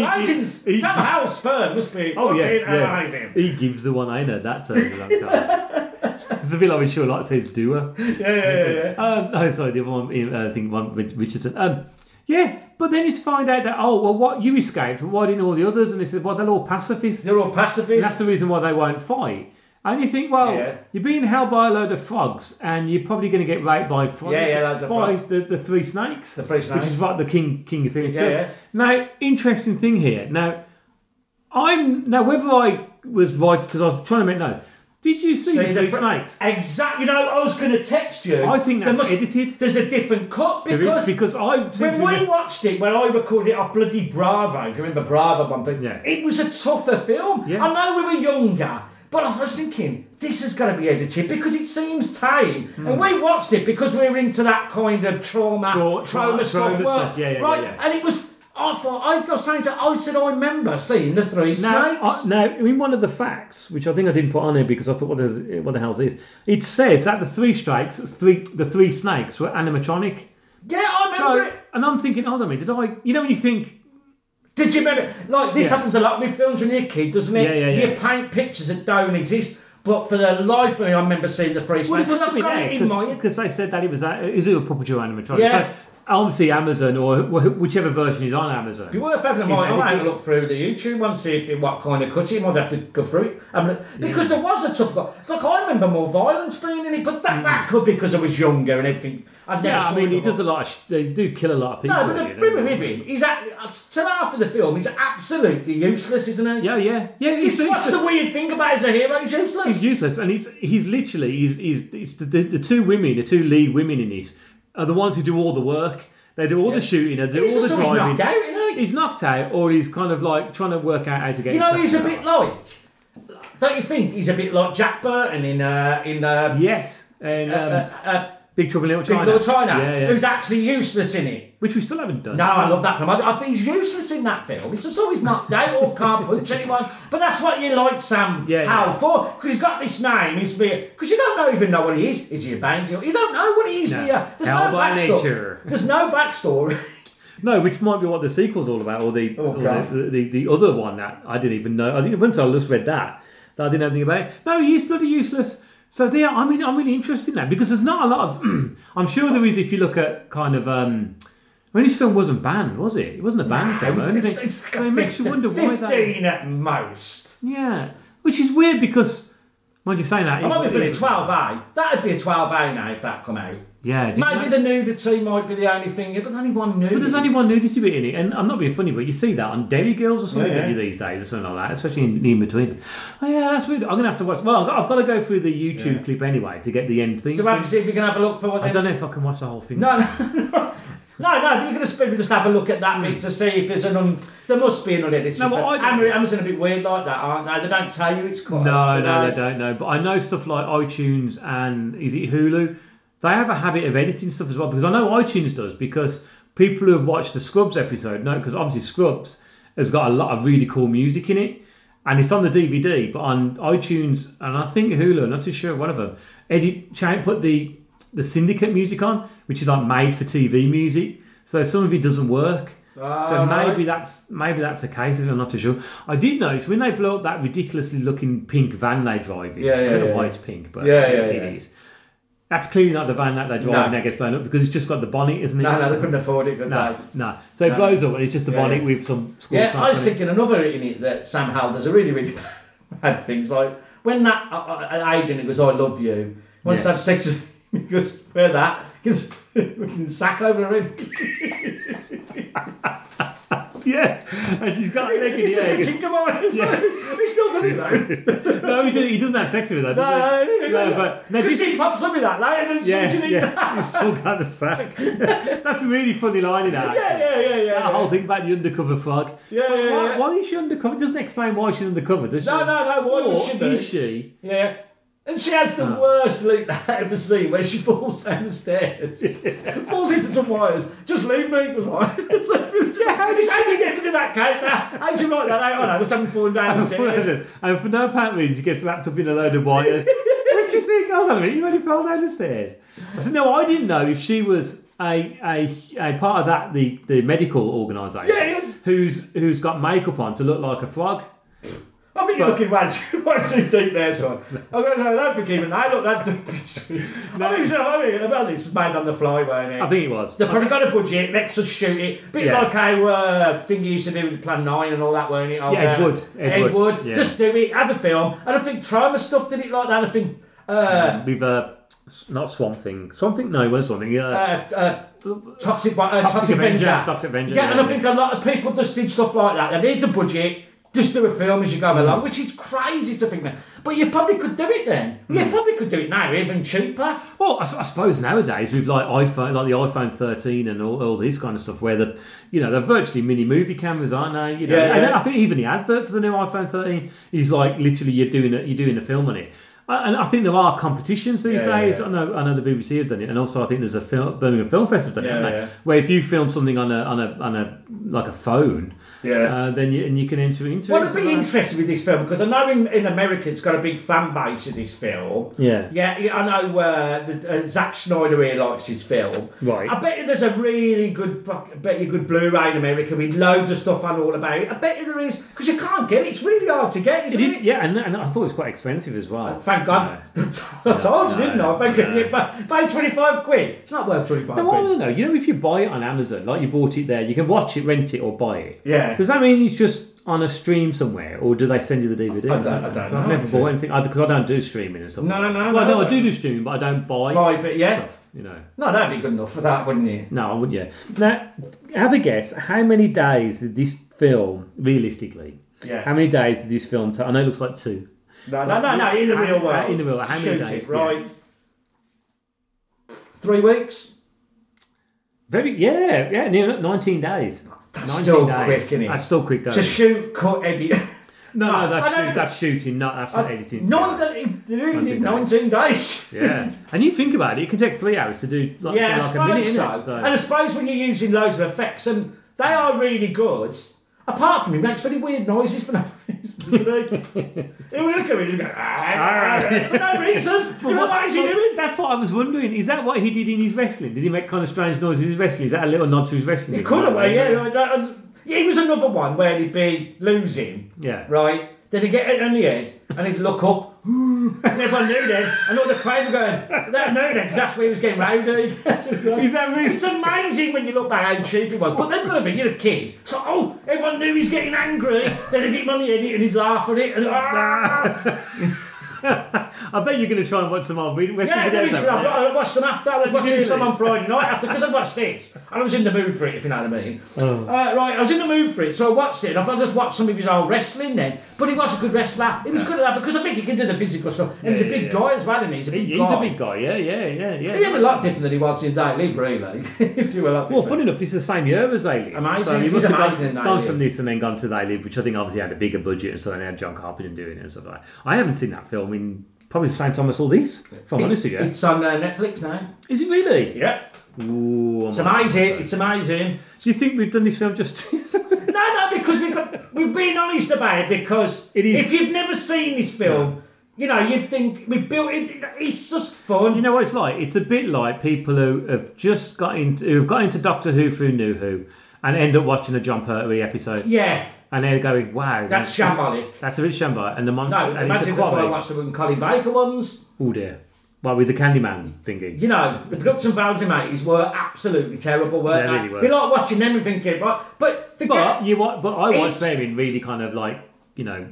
Speaker 6: he-
Speaker 7: amazing.
Speaker 6: he-
Speaker 7: Somehow sperm must be.
Speaker 6: Oh yeah,
Speaker 7: fucking
Speaker 6: yeah.
Speaker 7: amazing.
Speaker 6: He gives the one I know. That term a long time. it's a bit like when Sherlock says doer. Yeah, yeah, yeah. Um, oh, sorry, the other one. uh, I think one Rich- Richardson. Um, yeah, but then you find out that oh well, what you escaped, but why didn't all the others? And they said, well, they're all pacifists.
Speaker 7: They're all
Speaker 6: And that's
Speaker 7: pacifists.
Speaker 6: the reason why they won't fight. And you think, well,
Speaker 7: Yeah.
Speaker 6: you're being held by a load of frogs, and you're probably going to get raped by frogs.
Speaker 7: Yeah, yeah, loads of
Speaker 6: by
Speaker 7: frogs.
Speaker 6: The, the three snakes. The
Speaker 7: three snakes.
Speaker 6: Which is like the king king of things.
Speaker 7: Yeah,
Speaker 6: too.
Speaker 7: yeah.
Speaker 6: Now, interesting thing here. Now, I'm now whether I was right because I was trying to make notes. Did you see, the three
Speaker 7: fr-
Speaker 6: snakes?
Speaker 7: Exactly. You know, I was going to text you.
Speaker 6: I think
Speaker 7: There
Speaker 6: that's edited.
Speaker 7: There's a different cut
Speaker 6: There is,
Speaker 7: because
Speaker 6: because I've seen
Speaker 7: when we watched it, when I recorded it, I bloody Bravo. If you remember Bravo, one thing.
Speaker 6: Yeah.
Speaker 7: It was a tougher film.
Speaker 6: Yeah.
Speaker 7: I know we were younger, but I was thinking this is going to be edited because it seems tame. And we watched it because we were into that kind of trauma,
Speaker 6: Hmm. Tra-
Speaker 7: trauma,
Speaker 6: trauma-
Speaker 7: stuff,
Speaker 6: trauma
Speaker 7: weren't-
Speaker 6: stuff, yeah, yeah,
Speaker 7: right.
Speaker 6: yeah, yeah.
Speaker 7: And it was. I thought I was saying to. I said I remember seeing the three
Speaker 6: Now,
Speaker 7: snakes.
Speaker 6: I, now, in one of the facts, which I think I didn't put on here because I thought, what, is, what the hell's this? It says that the three strikes, three, the three snakes were animatronic.
Speaker 7: yeah, I remember
Speaker 6: So,
Speaker 7: it.
Speaker 6: and I'm thinking, hold on a minute, did I? You know, when you think,
Speaker 7: Did you remember? Like this
Speaker 6: Yeah.
Speaker 7: happens a lot with films when you're a kid, doesn't it?
Speaker 6: Yeah, yeah, yeah.
Speaker 7: You paint pictures that don't exist, but for the life of me, I remember seeing the free
Speaker 6: well,
Speaker 7: snakes.
Speaker 6: it must
Speaker 7: I've
Speaker 6: be
Speaker 7: got
Speaker 6: there
Speaker 7: it in my.
Speaker 6: because they said that it was a, it was a puppeteer animatronic.
Speaker 7: Yeah.
Speaker 6: So, obviously, Amazon or wh- whichever version is on Amazon.
Speaker 7: It'd be worth having a mind.
Speaker 6: edited.
Speaker 7: I'll have a look through the YouTube one, see if it, what kind of cut it might have to go through it. Have a look. Because there was a tough cut. Like, I remember more violence being in it, but that, that could be because I was younger and everything. I'd never
Speaker 6: Mm. yeah,
Speaker 7: seen
Speaker 6: I mean,
Speaker 7: it
Speaker 6: he does a
Speaker 7: before.
Speaker 6: lot. Of sh- they do kill a lot of people.
Speaker 7: No, but
Speaker 6: don't
Speaker 7: the
Speaker 6: they?
Speaker 7: problem with him, he's at, till half of the film, he's absolutely useless, isn't he?
Speaker 6: Yeah, yeah, yeah.
Speaker 7: This,
Speaker 6: he's-
Speaker 7: what's the weird thing about as a hero? He's useless.
Speaker 6: He's useless, and he's he's literally he's, he's it's the, the, the two women, the two lead women in this, are the ones who do all the work. They do all the shooting, they do
Speaker 7: He's
Speaker 6: all the
Speaker 7: just always
Speaker 6: driving.
Speaker 7: knocked out, isn't he?
Speaker 6: He's knocked out, or he's kind of like trying to work out how to get.
Speaker 7: You know,
Speaker 6: himself out.
Speaker 7: he's a bit like. Don't you think he's a bit like Jack Burton in uh, in uh,
Speaker 6: Yes, and um,
Speaker 7: uh, uh,
Speaker 6: Big Trouble in Little
Speaker 7: Big
Speaker 6: China.
Speaker 7: Little China,
Speaker 6: Yeah, yeah.
Speaker 7: who's actually useless in it?
Speaker 6: Which we still haven't done.
Speaker 7: No, I love that film. I, I think he's useless in that film. He's just always knocked out or can't punch anyone. But that's what you like Sam
Speaker 6: Yeah, yeah.
Speaker 7: Howell for because he's got this name. He's because you don't know, even know what he is. Is he a bounty? You don't know what he is.
Speaker 6: No.
Speaker 7: Here. There's
Speaker 6: Hell
Speaker 7: no
Speaker 6: by
Speaker 7: backstory.
Speaker 6: nature.
Speaker 7: There's no backstory.
Speaker 6: No, which might be what the sequel's all about, or the
Speaker 7: Oh,
Speaker 6: or
Speaker 7: God.
Speaker 6: the, the, the other one that I didn't even know. I think once I just read that, that I didn't know anything about. It. No, he's bloody useless. So there, I mean, I'm really interested in that because there's not a lot of. *clears throat* I'm sure there is if you look at kind of. um I mean, this film wasn't banned, was it? It wasn't a banned film. or
Speaker 7: it's, it's,
Speaker 6: anything.
Speaker 7: *laughs* it's
Speaker 6: so it makes you
Speaker 7: 15
Speaker 6: wonder why that.
Speaker 7: 15 at most.
Speaker 6: Yeah, which is weird because. Mind you saying that?
Speaker 7: I
Speaker 6: it-
Speaker 7: might be for the
Speaker 6: it-
Speaker 7: 12A. That'd be a 12A now if that come out.
Speaker 6: Yeah, did you
Speaker 7: Maybe
Speaker 6: know-
Speaker 7: the nudity might be the only thing, but only one nudity.
Speaker 6: But there's only one nudity bit in it, and I'm not being funny, but you see that on Dairy Girls or something
Speaker 7: Yeah, yeah.
Speaker 6: don't you, these days, or something like that, especially in, in between. Oh yeah, that's weird. I'm gonna have to watch. Well, I've got, I've got to go through the YouTube clip anyway to get the end thing.
Speaker 7: So we'll have to see if you can have a look for what
Speaker 6: I
Speaker 7: they
Speaker 6: don't know if I can watch the whole thing.
Speaker 7: No, no. *laughs* No, no, but you can just maybe just have a look at that bit to see if there's an un. There must be an unedited.
Speaker 6: No, what
Speaker 7: bit.
Speaker 6: I do-
Speaker 7: Am- Amazon a bit weird like that, aren't they? They don't tell you it's cut.
Speaker 6: No,
Speaker 7: They
Speaker 6: no, they don't know. But I know stuff like iTunes and is it Hulu? They have a habit of editing stuff as well because I know iTunes does because people who have watched the Scrubs episode know because obviously Scrubs has got a lot of really cool music in it and it's on the DVD but on iTunes and I think Hulu, I'm not too sure, one of them, edit cha- put the the syndicate music on which is like made for TV music. So some of it doesn't work. so
Speaker 7: right.
Speaker 6: maybe that's maybe that's the case. I'm not too sure. I did notice when they blow up that ridiculously looking pink van they drive in.
Speaker 7: Yeah, yeah,
Speaker 6: I don't know
Speaker 7: yeah.
Speaker 6: why it's pink, but
Speaker 7: Yeah,
Speaker 6: it-
Speaker 7: yeah,
Speaker 6: it
Speaker 7: yeah.
Speaker 6: is. That's clearly not the van that they drive in
Speaker 7: No.
Speaker 6: that gets blown up because it's just got the bonnet, isn't it?
Speaker 7: No, no, they couldn't afford it, could
Speaker 6: No,
Speaker 7: they?
Speaker 6: no. So it blows up and it's just the
Speaker 7: Yeah,
Speaker 6: bonnet
Speaker 7: yeah.
Speaker 6: with some school
Speaker 7: Yeah, I
Speaker 6: flags on
Speaker 7: was
Speaker 6: it.
Speaker 7: thinking another in it that Sam Howell does a really, really *laughs* bad things. Like when that uh, uh, agent who goes, I love you, wants
Speaker 6: Yeah.
Speaker 7: to have sex with *laughs* me, he goes, Wear that, gives a sack over
Speaker 6: *laughs*
Speaker 7: her head.
Speaker 6: *laughs* Yeah, and she's got a naked
Speaker 7: It's just a
Speaker 6: yeah.
Speaker 7: kink of mine. It's not- He still does
Speaker 6: *laughs*
Speaker 7: it though. *laughs*
Speaker 6: No, he, doesn't, he doesn't have sex with her.
Speaker 7: No, no,
Speaker 6: does he?
Speaker 7: no, no, no.
Speaker 6: but no,
Speaker 7: Because
Speaker 6: did-
Speaker 7: he pops up with that later and
Speaker 6: yeah,
Speaker 7: she didn't eat that.
Speaker 6: yeah. *laughs* He's still got the sack. That's a really funny line in that.
Speaker 7: *laughs* Yeah, yeah, yeah, yeah.
Speaker 6: That
Speaker 7: yeah.
Speaker 6: whole thing about the undercover frog.
Speaker 7: Yeah, yeah,
Speaker 6: why,
Speaker 7: yeah.
Speaker 6: Why is she undercover? It doesn't explain why she's undercover, does she?
Speaker 7: No, no, no, why would
Speaker 6: Or
Speaker 7: she be?
Speaker 6: Is she?
Speaker 7: Yeah. And she has the worst leap that I ever seen where she falls down the *laughs* stairs, falls into some wires. Just leave me. *laughs* yeah, how did, how did you get into that character? How did you write that out? Oh no, there's something falling down
Speaker 6: *laughs*
Speaker 7: the stairs.
Speaker 6: and for no apparent reason, she gets wrapped up in a load of wires.
Speaker 7: *laughs*
Speaker 6: what do you think? Hold on a minute, you only fell down the stairs. I said, no, I didn't know if she was a, a, a part of that, the, the medical organisation,
Speaker 7: Yeah, yeah.
Speaker 6: who's who's got makeup on to look like a frog.
Speaker 7: I think you're
Speaker 6: But-
Speaker 7: looking one too, one too deep there, son. I'm going to say, don't forgive me. I look that deep. I mean, so, I mean, I bet this was made on the fly, weren't it?
Speaker 6: I think it was.
Speaker 7: They probably got a budget, lets us shoot it. Bit
Speaker 6: Yeah.
Speaker 7: like how uh, thing you used to do with Plan 9 and all that, weren't it? Oh,
Speaker 6: Yeah, Ed Wood. Ed
Speaker 7: Ed,
Speaker 6: Wood,
Speaker 7: Wood.
Speaker 6: yeah.
Speaker 7: Just do it, have a film. And I think Trauma stuff did it like that. I think. Uh,
Speaker 6: With uh, s- not Swamp Thing. Swamp Thing? No, it wasn't Swamp Thing.
Speaker 7: uh,
Speaker 6: Uh,
Speaker 7: uh,
Speaker 6: Toxic
Speaker 7: Toxic, uh, Toxic,
Speaker 6: Avenger,
Speaker 7: Avenger.
Speaker 6: Toxic Avenger,
Speaker 7: Yeah, and I
Speaker 6: yeah.
Speaker 7: think a lot of people
Speaker 6: Mm.
Speaker 7: just did stuff like that. They need a budget, just do a film as you go along, which is crazy to think now. But you probably could do it then. You probably could do it now, even cheaper.
Speaker 6: Mm. Well, I, s- I suppose nowadays we've like iPhone, like the iPhone 13 and all, all this kind of stuff, where the, you know, they're virtually mini movie cameras, aren't they? You know,
Speaker 7: Yeah,
Speaker 6: and
Speaker 7: yeah.
Speaker 6: I think even the advert for the new iPhone 13 is like literally you're doing a, you're doing a film on it. Uh, And I think there are competitions these
Speaker 7: Yeah, yeah,
Speaker 6: days.
Speaker 7: yeah.
Speaker 6: I know, I know the BBC have done it, and also I think there's a film, Birmingham Film Festival done it,
Speaker 7: Yeah,
Speaker 6: haven't they?
Speaker 7: yeah.
Speaker 6: Where if you film something on a on a on a like a phone,
Speaker 7: Yeah.
Speaker 6: uh, then you and you can enter into
Speaker 7: What
Speaker 6: it.
Speaker 7: would
Speaker 6: something like
Speaker 7: be
Speaker 6: that.
Speaker 7: interesting with this film because I know in, in America it's got a big fan base of this film.
Speaker 6: Yeah.
Speaker 7: yeah, yeah, I know uh, the, uh, Zack Snyder really likes his film.
Speaker 6: Right.
Speaker 7: I bet you there's a really good, pro- I bet you good Blu-ray in America with loads of stuff on all about it. I bet you there is because you can't get it. It's really hard to
Speaker 6: It
Speaker 7: get, isn't it?
Speaker 6: is, yeah, and, and I thought it was quite expensive as well.
Speaker 7: Thank God. *laughs* I told you, didn't I? Thank God. you pa- Pay twenty-five quid. It's not worth twenty-five
Speaker 6: No, I
Speaker 7: quid.
Speaker 6: don't know. You know, if you buy it on Amazon, like you bought it there, you can watch it, rent it, or buy it.
Speaker 7: Yeah.
Speaker 6: Does that mean it's just on a stream somewhere, or do they send you the DVD?
Speaker 7: I don't- I don't
Speaker 6: I've
Speaker 7: know,
Speaker 6: never bought anything because I don't do streaming and stuff.
Speaker 7: No,
Speaker 6: like that.
Speaker 7: no,
Speaker 6: Well,
Speaker 7: no,
Speaker 6: no, I
Speaker 7: no.
Speaker 6: do do streaming, but I don't buy
Speaker 7: Buy it, yeah.
Speaker 6: stuff. You know.
Speaker 7: No, that'd be good enough for that, wouldn't you?
Speaker 6: No, I wouldn't. Yeah. Now, have a guess. How many days did this film, realistically?
Speaker 7: Yeah.
Speaker 6: How many days did this film? ta- I know it looks like two.
Speaker 7: No, no, no, no, in the
Speaker 6: How-
Speaker 7: real
Speaker 6: how-
Speaker 7: world.
Speaker 6: in the real world, how many
Speaker 7: Shoot
Speaker 6: days?
Speaker 7: it,
Speaker 6: Yeah.
Speaker 7: right. Three weeks?
Speaker 6: Very. Yeah. Yeah. Near nineteen days.
Speaker 7: That's still quick, isn't it?
Speaker 6: That's still quick. Going.
Speaker 7: To shoot, cut, edit.
Speaker 6: *laughs* no,
Speaker 7: I
Speaker 6: no, that's,
Speaker 7: don't
Speaker 6: shoot, that's shooting. Not that's not editing.
Speaker 7: No, they they really did
Speaker 6: 19
Speaker 7: 19 days.
Speaker 6: Yeah, *laughs* and you think about it, it can take three hours to do
Speaker 7: *laughs*
Speaker 6: like,
Speaker 7: Yeah, I
Speaker 6: something like a minute,
Speaker 7: suppose so.
Speaker 6: innit? So-
Speaker 7: And I suppose when you're using loads of effects, and they are really good, apart from it makes very weird noises for no
Speaker 6: *laughs*
Speaker 7: reason, doesn't he? He would look at me and he'd go, "Ah, ah, ah," for
Speaker 6: *laughs*
Speaker 7: no reason. You know, what is he doing?
Speaker 6: That's what I was wondering. Is that what he did in his wrestling? Did he make kind of strange noises in wrestling? Is that a little nod to his wrestling?
Speaker 7: He could have, yeah. no, that- and- yeah, He was another one where he'd be losing.
Speaker 6: Yeah.
Speaker 7: Right? Then he'd get hit on the head and he'd look up. *laughs* and everyone knew then. And all the crowd were going, they knew then because that's where he was getting rowdy. *laughs* Is
Speaker 6: that really-
Speaker 7: It's amazing when you look back how cheap he was. But then, got to think, you're a kid. So, oh, everyone knew he's getting angry. then he'd hit him on the head and he'd laugh
Speaker 6: *laughs*
Speaker 7: at it. And, ah!
Speaker 6: *laughs* I bet you're going to try and watch some old wrestling
Speaker 7: Yeah, there
Speaker 6: videos.
Speaker 7: is.
Speaker 6: though, right?
Speaker 7: I watched them after. I was watching
Speaker 6: really?
Speaker 7: some on Friday night after because I watched this and I was in the mood for it, if you know what I mean.
Speaker 6: Oh.
Speaker 7: Uh, right, I was in the mood for it, so I watched it. And I thought I just watched some of his old wrestling then, but he was a good wrestler. He was good at that because I think he can do the physical stuff. And he's a
Speaker 6: yeah,
Speaker 7: big
Speaker 6: yeah.
Speaker 7: guy as well, and he's a big
Speaker 6: He's
Speaker 7: guy.
Speaker 6: a big guy. Yeah, yeah, yeah, yeah.
Speaker 7: He was a lot different than he was in that live, really. *laughs* he was a lot
Speaker 6: Well,
Speaker 7: different.
Speaker 6: funny enough, this is the same year as Alien.
Speaker 7: Amazing.
Speaker 6: So he
Speaker 7: He's
Speaker 6: must have
Speaker 7: amazing
Speaker 6: gone,
Speaker 7: in
Speaker 6: gone
Speaker 7: Alien.
Speaker 6: from this and then gone to They Live, which I think obviously had a bigger budget and so then had John Carpenter doing it and stuff like that. I haven't seen that film in probably the same time I saw this, if I'm honest with you.
Speaker 7: It's on uh, Netflix now.
Speaker 6: Is it really?
Speaker 7: Yeah.
Speaker 6: Ooh,
Speaker 7: It's amazing. It's amazing.
Speaker 6: Do you think we've done this film justice? *laughs*
Speaker 7: No, no, because we've, got, we've been honest about it. Because
Speaker 6: It is-
Speaker 7: if you've never seen this film, you know, you'd think we built it. It's just fun.
Speaker 6: you know what it's like? It's a bit like people who have just got into who've got into Doctor Who through New Who and end up watching a John Pertwee episode.
Speaker 7: yeah.
Speaker 6: And they're going, wow.
Speaker 7: That's
Speaker 6: just-
Speaker 7: shambolic.
Speaker 6: That's a bit shambolic. And the monster.
Speaker 7: No,
Speaker 6: and it's a
Speaker 7: imagine that's why I
Speaker 6: quality.
Speaker 7: watched the Colin Baker ones.
Speaker 6: Oh dear. Well, with the Candyman thingy.
Speaker 7: You know, the production values in eighties were absolutely terrible, weren't
Speaker 6: They
Speaker 7: they?
Speaker 6: really were.
Speaker 7: Be like watching them and thinking, right? But forget.
Speaker 6: But you wa- but I watch
Speaker 7: It's-
Speaker 6: them in really kind of like you know.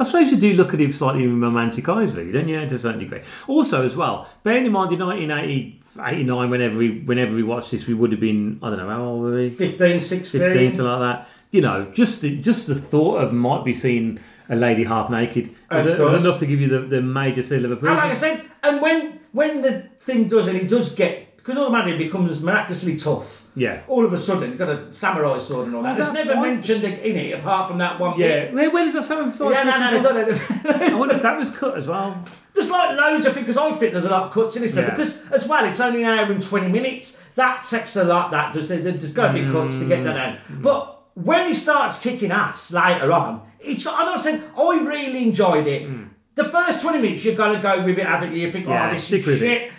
Speaker 6: I suppose you do look at him slightly with romantic eyes, really, don't you? To a certain degree. Also, as well, bearing in mind in 1980, 89, whenever we whenever we watched this, we would have been I don't know how old were we?
Speaker 7: 15, 16.
Speaker 6: 15, something like that. You know, just the, just the thought of might be seeing a lady half naked
Speaker 7: Of
Speaker 6: was, was
Speaker 7: course.
Speaker 6: enough to give you the, the major seal of approval.
Speaker 7: And like I said, and when when the thing does, and he does get because automatically it becomes miraculously tough.
Speaker 6: Yeah.
Speaker 7: All of a sudden, he's got a samurai sword and all that. It's
Speaker 6: Oh, that's
Speaker 7: never
Speaker 6: fine.
Speaker 7: mentioned in it apart from that one.
Speaker 6: yeah,
Speaker 7: bit.
Speaker 6: where, where does that sound? from?
Speaker 7: Yeah, no, no, they don't. *laughs*
Speaker 6: I wonder if that was cut as well.
Speaker 7: There's like loads of because I think there's a lot of cuts in this film
Speaker 6: Yeah.
Speaker 7: because as well it's only an hour and twenty minutes. That section like that just there- there's got to be cuts to get that out.
Speaker 6: Mm.
Speaker 7: But when he starts kicking ass later on, it's got. I'm not saying I really enjoyed it. The first twenty minutes you're gonna go with it, haven't you? You think,
Speaker 6: Mm. Yeah,
Speaker 7: oh, this
Speaker 6: stick
Speaker 7: is
Speaker 6: with it.
Speaker 7: shit.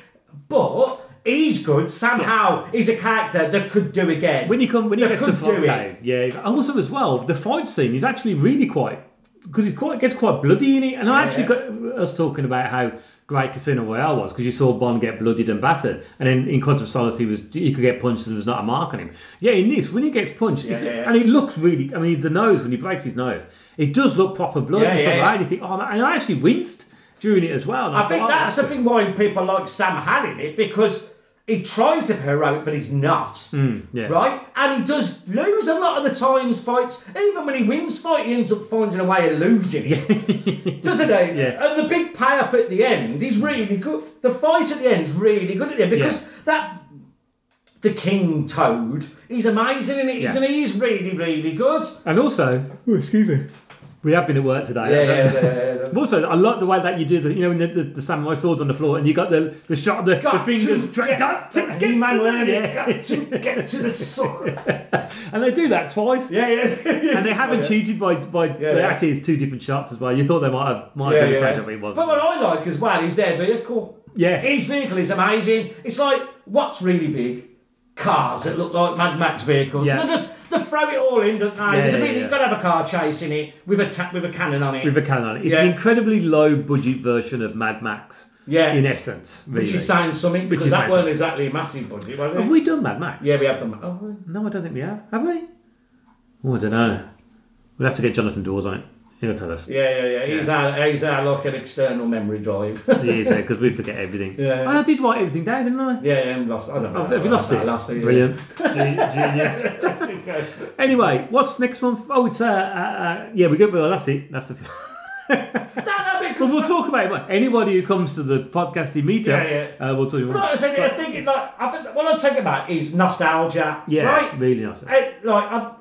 Speaker 7: But he's good somehow. He's a character that could do again.
Speaker 6: When you come, when he
Speaker 7: That
Speaker 6: gets to
Speaker 7: could
Speaker 6: fight
Speaker 7: do it.
Speaker 6: town, yeah. And Also, as well, the fight scene is actually really quite because it quite gets quite bloody in it. And I actually got us talking about how great Casino Royale was because you saw Bond get bloodied and battered, and then in Quantum of Solace he was he could get punched and there was not a mark on him. Yeah, in this when he gets punched, it's,
Speaker 7: yeah, yeah.
Speaker 6: and it looks really. I mean, the nose when he breaks his nose, it does look proper blood
Speaker 7: Yeah,
Speaker 6: and stuff
Speaker 7: yeah,
Speaker 6: like that. And you think, oh, man, and I actually winced during it as well. and
Speaker 7: I think
Speaker 6: thought, oh,
Speaker 7: that's the
Speaker 6: good.
Speaker 7: thing why people like Sam Hall in it because he tries to be heroic, but he's not.
Speaker 6: Mm, yeah.
Speaker 7: Right? And he does lose a lot of the times fights. Even when he wins fight, he ends up finding a way of losing.
Speaker 6: *laughs*
Speaker 7: Doesn't he?
Speaker 6: Yeah.
Speaker 7: And the big payoff at the end is really good. The fight at the end's really good at the end because
Speaker 6: Yeah.
Speaker 7: that the King Toad, he's amazing in it, isn't
Speaker 6: Yeah.
Speaker 7: he? He's really, really good.
Speaker 6: And also, oh, excuse me, we have been at work today.
Speaker 7: Yeah, yeah, yeah, yeah, yeah.
Speaker 6: But also, I like the way that you do the, you know, when the, the, the samurai swords on the floor and you got the, the shot, of the, the
Speaker 7: Got
Speaker 6: fingers,
Speaker 7: to
Speaker 6: dra-
Speaker 7: get-
Speaker 6: got to get
Speaker 7: He-Man
Speaker 6: to-
Speaker 7: learned it,
Speaker 6: yeah.
Speaker 7: got to get to the sword.
Speaker 6: *laughs* and they do that twice.
Speaker 7: Yeah, *laughs* Oh, yeah.
Speaker 6: And they haven't cheated by by.
Speaker 7: Yeah,
Speaker 6: they
Speaker 7: yeah.
Speaker 6: actually is two different shots as well. You thought they might have might
Speaker 7: Yeah,
Speaker 6: have done
Speaker 7: yeah.
Speaker 6: the same, but it wasn't.
Speaker 7: But what I like as well is their vehicle.
Speaker 6: Yeah.
Speaker 7: His vehicle is amazing. It's like what's really big? Cars that look like Mad Max vehicles.
Speaker 6: Yeah.
Speaker 7: They just they throw it all in, don't they? There's a
Speaker 6: yeah,
Speaker 7: bit
Speaker 6: yeah.
Speaker 7: you've got to have a car chase in it with a ta- with a cannon on it.
Speaker 6: With a cannon on it. It's
Speaker 7: Yeah.
Speaker 6: an incredibly low budget version of Mad Max.
Speaker 7: Yeah.
Speaker 6: In essence, really.
Speaker 7: which is saying something
Speaker 6: Which
Speaker 7: because
Speaker 6: is
Speaker 7: that
Speaker 6: saying
Speaker 7: weren't
Speaker 6: something.
Speaker 7: exactly a massive budget, was it?
Speaker 6: Have we done Mad Max?
Speaker 7: yeah, we have done. Oh,
Speaker 6: No, I don't think we have. Have we? Oh, I don't know. We'll have to get Jonathan Dawes on it. He'll tell us.
Speaker 7: yeah, yeah, yeah. He's our he's our like an external memory drive. *laughs* yeah,
Speaker 6: Yeah, because we forget everything.
Speaker 7: Yeah. Uh,
Speaker 6: Oh, I did write everything down, didn't I?
Speaker 7: yeah. I'm lost. I don't know.
Speaker 6: Oh, have you lost
Speaker 7: I
Speaker 6: it?
Speaker 7: lost it. yeah. *laughs*
Speaker 6: Brilliant. Ge- Genius. *laughs* anyway, what's next month? Oh, it's uh, uh, uh yeah, we go. Well, that's it. That's the. *laughs*
Speaker 7: No, no, because
Speaker 6: Because we'll talk about it. Anybody who comes to the podcasting meetup,
Speaker 7: Yeah,
Speaker 6: Uh, we'll talk
Speaker 7: Like
Speaker 6: about
Speaker 7: I
Speaker 6: it.
Speaker 7: said, I think it, like I think what I take about is nostalgia.
Speaker 6: Yeah,
Speaker 7: right.
Speaker 6: really nice.
Speaker 7: I, like I've,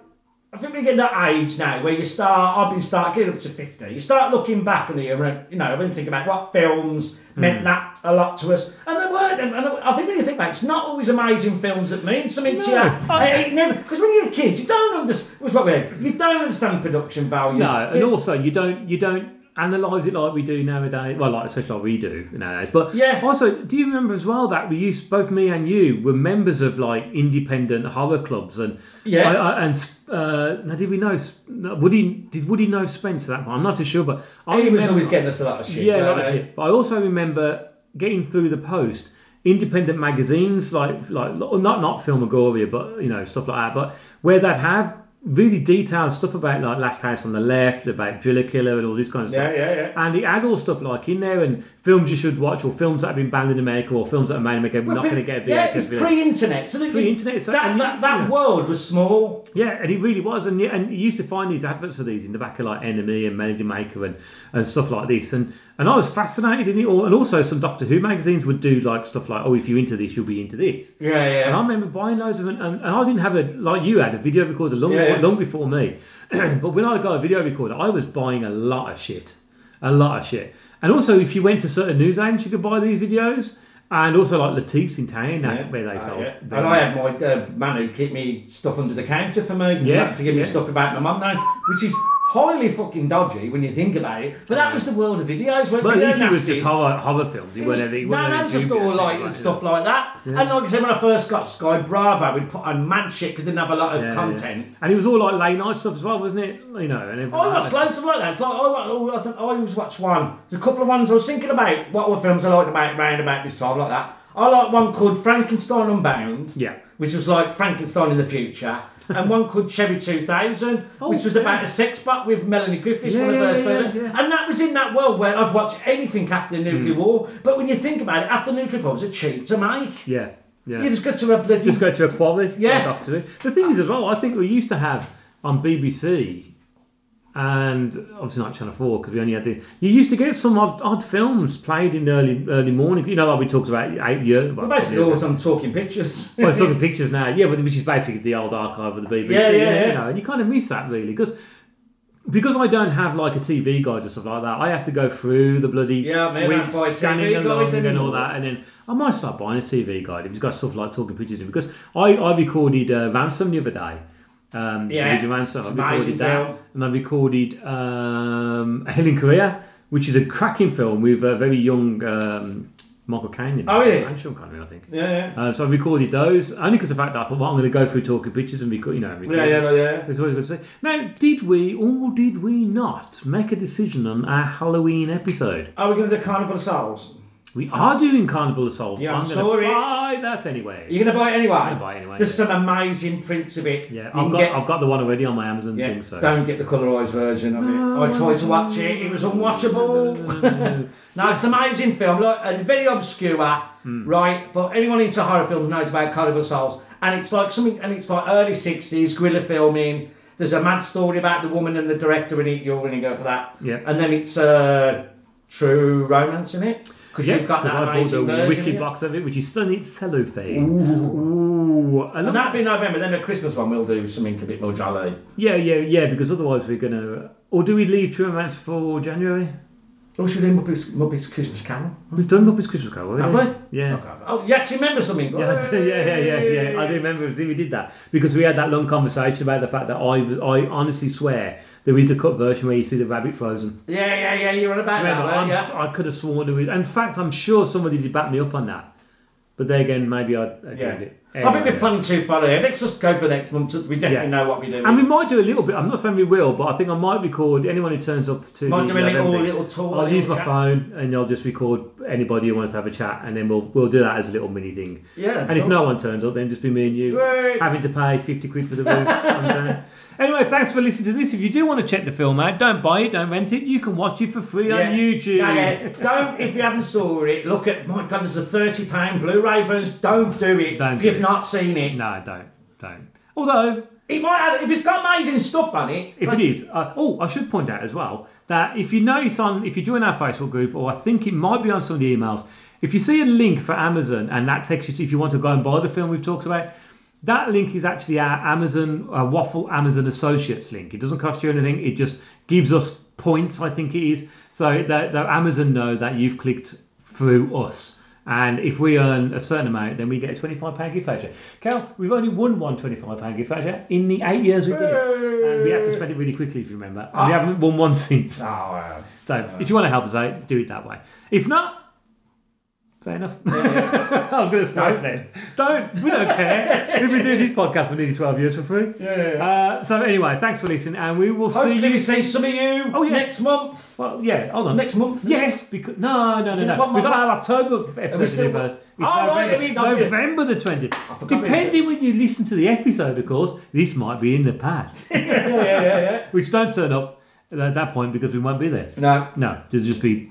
Speaker 7: I think we get that age now where you start. I've been start getting up to fifty. You start looking back on the era. You know, when you think about what films
Speaker 6: Hmm.
Speaker 7: meant that a lot to us, and they weren't. And I think when you think back, it's not always amazing films that mean something to you.
Speaker 6: No.
Speaker 7: I, it never because when you're a kid, you don't understand. What's what we had. You don't understand production values.
Speaker 6: No, and
Speaker 7: You-
Speaker 6: also you don't you don't analyze it like we do nowadays. Well, like especially like we do nowadays. But
Speaker 7: Yeah.
Speaker 6: Also, do you remember as well that we used both me and you were members of like independent horror clubs and
Speaker 7: Yeah.
Speaker 6: I, I, and uh, now did we know Sp- no, Woody did Woody know Spence at that point? I'm not too sure, but I
Speaker 7: he was
Speaker 6: remember-
Speaker 7: always getting us a lot of shit.
Speaker 6: yeah,
Speaker 7: weren't
Speaker 6: like
Speaker 7: he?
Speaker 6: shit. But I also remember getting through the post independent magazines like like not not Filmagoria, but you know stuff like that. But where they'd have really detailed stuff about like Last House on the Left, about Driller Killer, and all this kind of stuff.
Speaker 7: Yeah, yeah, yeah.
Speaker 6: And it had all stuff like in there and films you should watch, or films that have been banned in America, or films that are made in America. We're not going to get a
Speaker 7: Yeah, it's
Speaker 6: video.
Speaker 7: pre-internet. So that you-
Speaker 6: Pre-internet, so-
Speaker 7: that,
Speaker 6: and you-
Speaker 7: that, that
Speaker 6: yeah.
Speaker 7: world was small.
Speaker 6: Yeah, and it really was, and you, and you used to find these adverts for these in the back of like Enemy and Melody Maker and, and stuff like this, and and I was fascinated in it all, and also some Doctor Who magazines would do like stuff like, oh, if you're into this, you'll be into this.
Speaker 7: Yeah, yeah.
Speaker 6: And I remember buying loads of them, and, and I didn't have a like you had a video recorder long
Speaker 7: Yeah, yeah.
Speaker 6: long before me, *clears throat* but when I got a video recorder, I was buying a lot of shit, a lot of shit, and also if you went to certain newsagents, you could buy these videos. And also like Latif's in town, that- where they
Speaker 7: Ah,
Speaker 6: sold.
Speaker 7: yeah. And
Speaker 6: videos.
Speaker 7: I had my uh, man who'd keep me stuff under the counter for me,
Speaker 6: Yeah,
Speaker 7: to give me
Speaker 6: yeah.
Speaker 7: stuff about my mum now, which is highly fucking dodgy when you think about it. But that was the world of videos. weren't
Speaker 6: But
Speaker 7: they?
Speaker 6: at least
Speaker 7: They're
Speaker 6: it was just
Speaker 7: nasties.
Speaker 6: horror, horror films. It
Speaker 7: It was-
Speaker 6: weren't any, it
Speaker 7: no,
Speaker 6: weren't
Speaker 7: no,
Speaker 6: any
Speaker 7: it was just
Speaker 6: dubious
Speaker 7: all
Speaker 6: things
Speaker 7: like
Speaker 6: that.
Speaker 7: and stuff like that. And like I said, when I first got Sky Bravo, we'd put on mad shit because didn't have a lot of
Speaker 6: Yeah,
Speaker 7: content.
Speaker 6: yeah. And it was all like late night stuff as well, wasn't it? You know, and everything
Speaker 7: I
Speaker 6: like
Speaker 7: watched
Speaker 6: that.
Speaker 7: loads of like that. It's like I, wa- oh, I, think, I always watch one. There's a couple of ones I was thinking about. What were films I liked about round about this time like that? I like one called Frankenstein Unbound.
Speaker 6: Yeah.
Speaker 7: Which was like Frankenstein in
Speaker 6: *laughs*
Speaker 7: the future, and one called Chevy 2000,
Speaker 6: Oh,
Speaker 7: which was
Speaker 6: yeah.
Speaker 7: about a sex bot with Melanie Griffiths,
Speaker 6: Yeah,
Speaker 7: one of
Speaker 6: yeah,
Speaker 7: her
Speaker 6: yeah,
Speaker 7: first-
Speaker 6: yeah. Hmm.
Speaker 7: And that was in that world where I'd watch anything after nuclear war. But when you think about it, after nuclear war, it was a cheap to make.
Speaker 6: Yeah, yeah.
Speaker 7: You just go to a bloody
Speaker 6: just go to a quarry.
Speaker 7: Yeah.
Speaker 6: go back to it. The thing is as well, I think we used to have on BBC, and obviously not Channel Four because we only had the. You used to get some odd, odd films played in the early early morning. You know, like we talked about eight years. Well,
Speaker 7: basically
Speaker 6: probably-
Speaker 7: all some talking pictures.
Speaker 6: Well,
Speaker 7: *laughs*
Speaker 6: it's looking pictures now, yeah, but- which is basically the old archive of the BBC.
Speaker 7: Yeah, yeah,
Speaker 6: you know,
Speaker 7: yeah.
Speaker 6: You know, and you kind of miss that really because because I don't have like a TV guide or stuff like that. I have to go through the bloody
Speaker 7: Yeah, man, I
Speaker 6: weeks
Speaker 7: buy a TV
Speaker 6: scanning
Speaker 7: guide
Speaker 6: along and all
Speaker 7: anymore.
Speaker 6: that, and then I might start buying a TV guide if it's got stuff like talking pictures. in it, Because I I recorded uh, Ransom the other day. Um,
Speaker 7: Yeah,
Speaker 6: Division Ransom.
Speaker 7: it's
Speaker 6: I
Speaker 7: an amazing
Speaker 6: recorded that,
Speaker 7: film.
Speaker 6: and I've recorded um, Hell in Korea, which is a cracking film with a very young. Um, Michael Caine in
Speaker 7: Oh,
Speaker 6: it,
Speaker 7: yeah.
Speaker 6: and Sean Connery, I think.
Speaker 7: Yeah, yeah.
Speaker 6: Uh, so I've recorded those only because of the fact that I thought, well, I'm going to go through talking pictures and record, you know, record.
Speaker 7: Yeah, yeah, yeah.
Speaker 6: It's always good to say. Now, did we or did we not make a decision on our Halloween episode?
Speaker 7: Are we going to do Carnival of Souls?
Speaker 6: We are doing Carnival of Souls.
Speaker 7: Yeah, I'm
Speaker 6: gonna
Speaker 7: sorry.
Speaker 6: buy that anyway.
Speaker 7: You're gonna buy it anyway.
Speaker 6: gonna buy it anyway,
Speaker 7: There's some amazing prints of it.
Speaker 6: yeah,
Speaker 7: You
Speaker 6: I've
Speaker 7: can
Speaker 6: got
Speaker 7: get-
Speaker 6: I've got the one already on my Amazon
Speaker 7: yeah,
Speaker 6: thing. So
Speaker 7: Don't get the colorised version of it. I tried to watch it. It was unwatchable. *laughs* no, it's an amazing film. Like, and very obscure,
Speaker 6: Hmm.
Speaker 7: right? But anyone into horror films knows about Carnival Souls, and it's like something. And it's like early '60s guerrilla filming. There's a mad story about the woman and the director in it. You're going to go for that.
Speaker 6: Yeah.
Speaker 7: And then it's uh, true romance in it because
Speaker 6: Yeah,
Speaker 7: you've got
Speaker 6: because
Speaker 7: that
Speaker 6: I bought a
Speaker 7: amazing version.
Speaker 6: wicked
Speaker 7: yeah.
Speaker 6: box of it, which is still needs cellophane. Ooh, I love
Speaker 7: And that'd be November. Then the Christmas one, we'll do something a bit more jolly.
Speaker 6: Yeah, yeah, yeah. Because otherwise we're gonna. Or do we leave True Romance for January?
Speaker 7: Oh, should we do Muppets, Muppets Christmas Carol?
Speaker 6: We've done Muppet's Christmas Carol, haven't
Speaker 7: Have
Speaker 6: we? Yeah.
Speaker 7: Okay. Oh, you actually remember something?
Speaker 6: *laughs* Yeah, I do- yeah, yeah, yeah, yeah. I do remember. See, we did that because we had that long conversation about the fact that I, was- I honestly swear there is a cut version where you see the rabbit frozen.
Speaker 7: Yeah, yeah, yeah. You're on about
Speaker 6: Remember,
Speaker 7: that.
Speaker 6: I'm,
Speaker 7: weren't
Speaker 6: s-
Speaker 7: you?
Speaker 6: I could have sworn there was. In fact, I'm sure somebody did back me up on that. But there again, maybe I, I dreamed
Speaker 7: Yeah.
Speaker 6: it.
Speaker 7: I think
Speaker 6: Anyway.
Speaker 7: we're planning too far ahead. Let's just go for next month. so that We definitely
Speaker 6: Yeah.
Speaker 7: know what we're doing.
Speaker 6: And we might do a little bit. I'm not saying we will, but I think I might record anyone who turns up to.
Speaker 7: Might
Speaker 6: the
Speaker 7: do a little-
Speaker 6: November.
Speaker 7: little tour,
Speaker 6: I'll
Speaker 7: little
Speaker 6: use my
Speaker 7: chat.
Speaker 6: phone and I'll just record anybody who wants to have a chat, and then we'll we'll do that as a little mini thing.
Speaker 7: Yeah,
Speaker 6: And if
Speaker 7: cool.
Speaker 6: no one turns up, then just be me and you
Speaker 7: Great.
Speaker 6: having to pay fifty quid for the room. I'm
Speaker 7: *laughs*
Speaker 6: down. Anyway, thanks for listening to this. If you do want to check the film out, don't buy it, don't rent it. You can watch it for free
Speaker 7: Yeah.
Speaker 6: on YouTube.
Speaker 7: Yeah, yeah. Don't, if you haven't saw it, look at, my God, there's a £30 Blu-ray version. Don't do it
Speaker 6: Don't
Speaker 7: if
Speaker 6: do
Speaker 7: you've
Speaker 6: it.
Speaker 7: not seen
Speaker 6: *laughs*
Speaker 7: it.
Speaker 6: No, don't, don't. Although
Speaker 7: It might have, if it's got amazing stuff on it.
Speaker 6: If it is, uh, oh, I should point out as well that if you notice on, if you join our Facebook group, or I think it might be on some of the emails, if you see a link for Amazon and that takes you to, if you want to go and buy the film we've talked about, that link is actually our Amazon, uh, Waffle Amazon Associates link. It doesn't cost you anything, it just gives us points, I think it is. So that, that Amazon know that you've clicked through us. And if we earn a certain amount, then we get a £25 gift voucher. Cal, we've only won one £25 gift voucher in the eight years we've done it. And we had to spend it really quickly, if you remember. And
Speaker 7: Ah.
Speaker 6: we haven't won one *laughs* since.
Speaker 7: Oh, wow.
Speaker 6: So if you want to help us out, do it that way. If not, fair enough. *laughs* I was going to start then. Don't, we don't
Speaker 7: *laughs*
Speaker 6: care. We've been doing this podcast for nearly 12 years for free.
Speaker 7: yeah,
Speaker 6: Uh, so anyway, thanks for listening, and we will
Speaker 7: Hopefully
Speaker 6: see you.
Speaker 7: we see some of you
Speaker 6: Oh, yes.
Speaker 7: next month.
Speaker 6: Well, yeah, hold on.
Speaker 7: Next month?
Speaker 6: Yes, because no, no, no,
Speaker 7: it
Speaker 6: no.
Speaker 7: one
Speaker 6: We've got
Speaker 7: month?
Speaker 6: our October episode
Speaker 7: still
Speaker 6: to do
Speaker 7: got-
Speaker 6: first. It's
Speaker 7: Oh, right,
Speaker 6: November,
Speaker 7: I mean, I've-
Speaker 6: November the twentieth.
Speaker 7: forgot we had
Speaker 6: Depending when you listen to the episode, of course, this might be in the
Speaker 7: *laughs*
Speaker 6: past. Which don't turn up at that point because we won't be there.
Speaker 7: No.
Speaker 6: No, it'll just be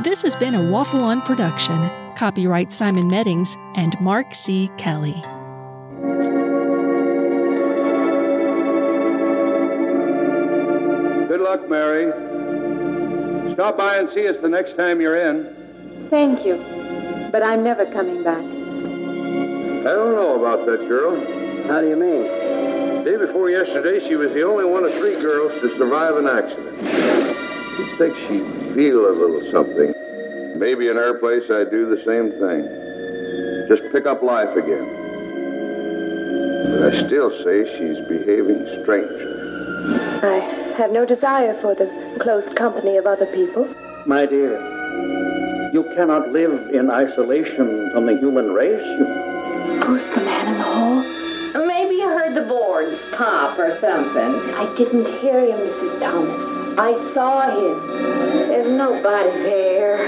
Speaker 8: This has been a Waffle On production. Copyright Simon Meddings and Mark C. Kelly.
Speaker 9: Good luck, Mary. Stop by and see us the next time you're in.
Speaker 10: Thank you, but I'm never coming back.
Speaker 9: I don't know about that girl. How do you mean? Day before yesterday, she was the only one of three girls to survive an accident. You'd think she'd feel a little something. Maybe in her place, I'd do the same thing. Just pick up life again. But I still say she's behaving strangely.
Speaker 10: I have no desire for the close company of other people.
Speaker 11: My dear, you cannot live in isolation from the human race. You-
Speaker 10: Who's the man in the hall?
Speaker 4: Maybe you heard the boards pop or something.
Speaker 10: I didn't hear him, Mrs. Thomas. I saw him. There's nobody there.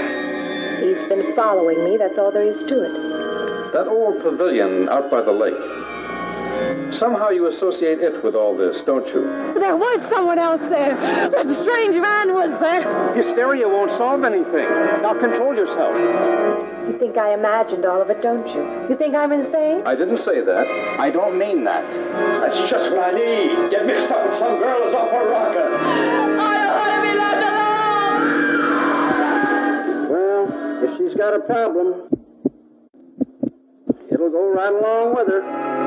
Speaker 10: He's been following me, that's all there is to it.
Speaker 9: That old pavilion out by the lake. Somehow you associate it with all this, don't you?
Speaker 10: There was someone else there. That strange man was there.
Speaker 9: Hysteria won't solve anything. Now control yourself.
Speaker 10: You think I imagined all of it, don't you? You think I'm insane?
Speaker 9: I didn't say that. I don't mean that. That's just what I need. Get mixed up with some girl who's off her rocker.
Speaker 11: Well, if she's got a problem, it'll go right along with her.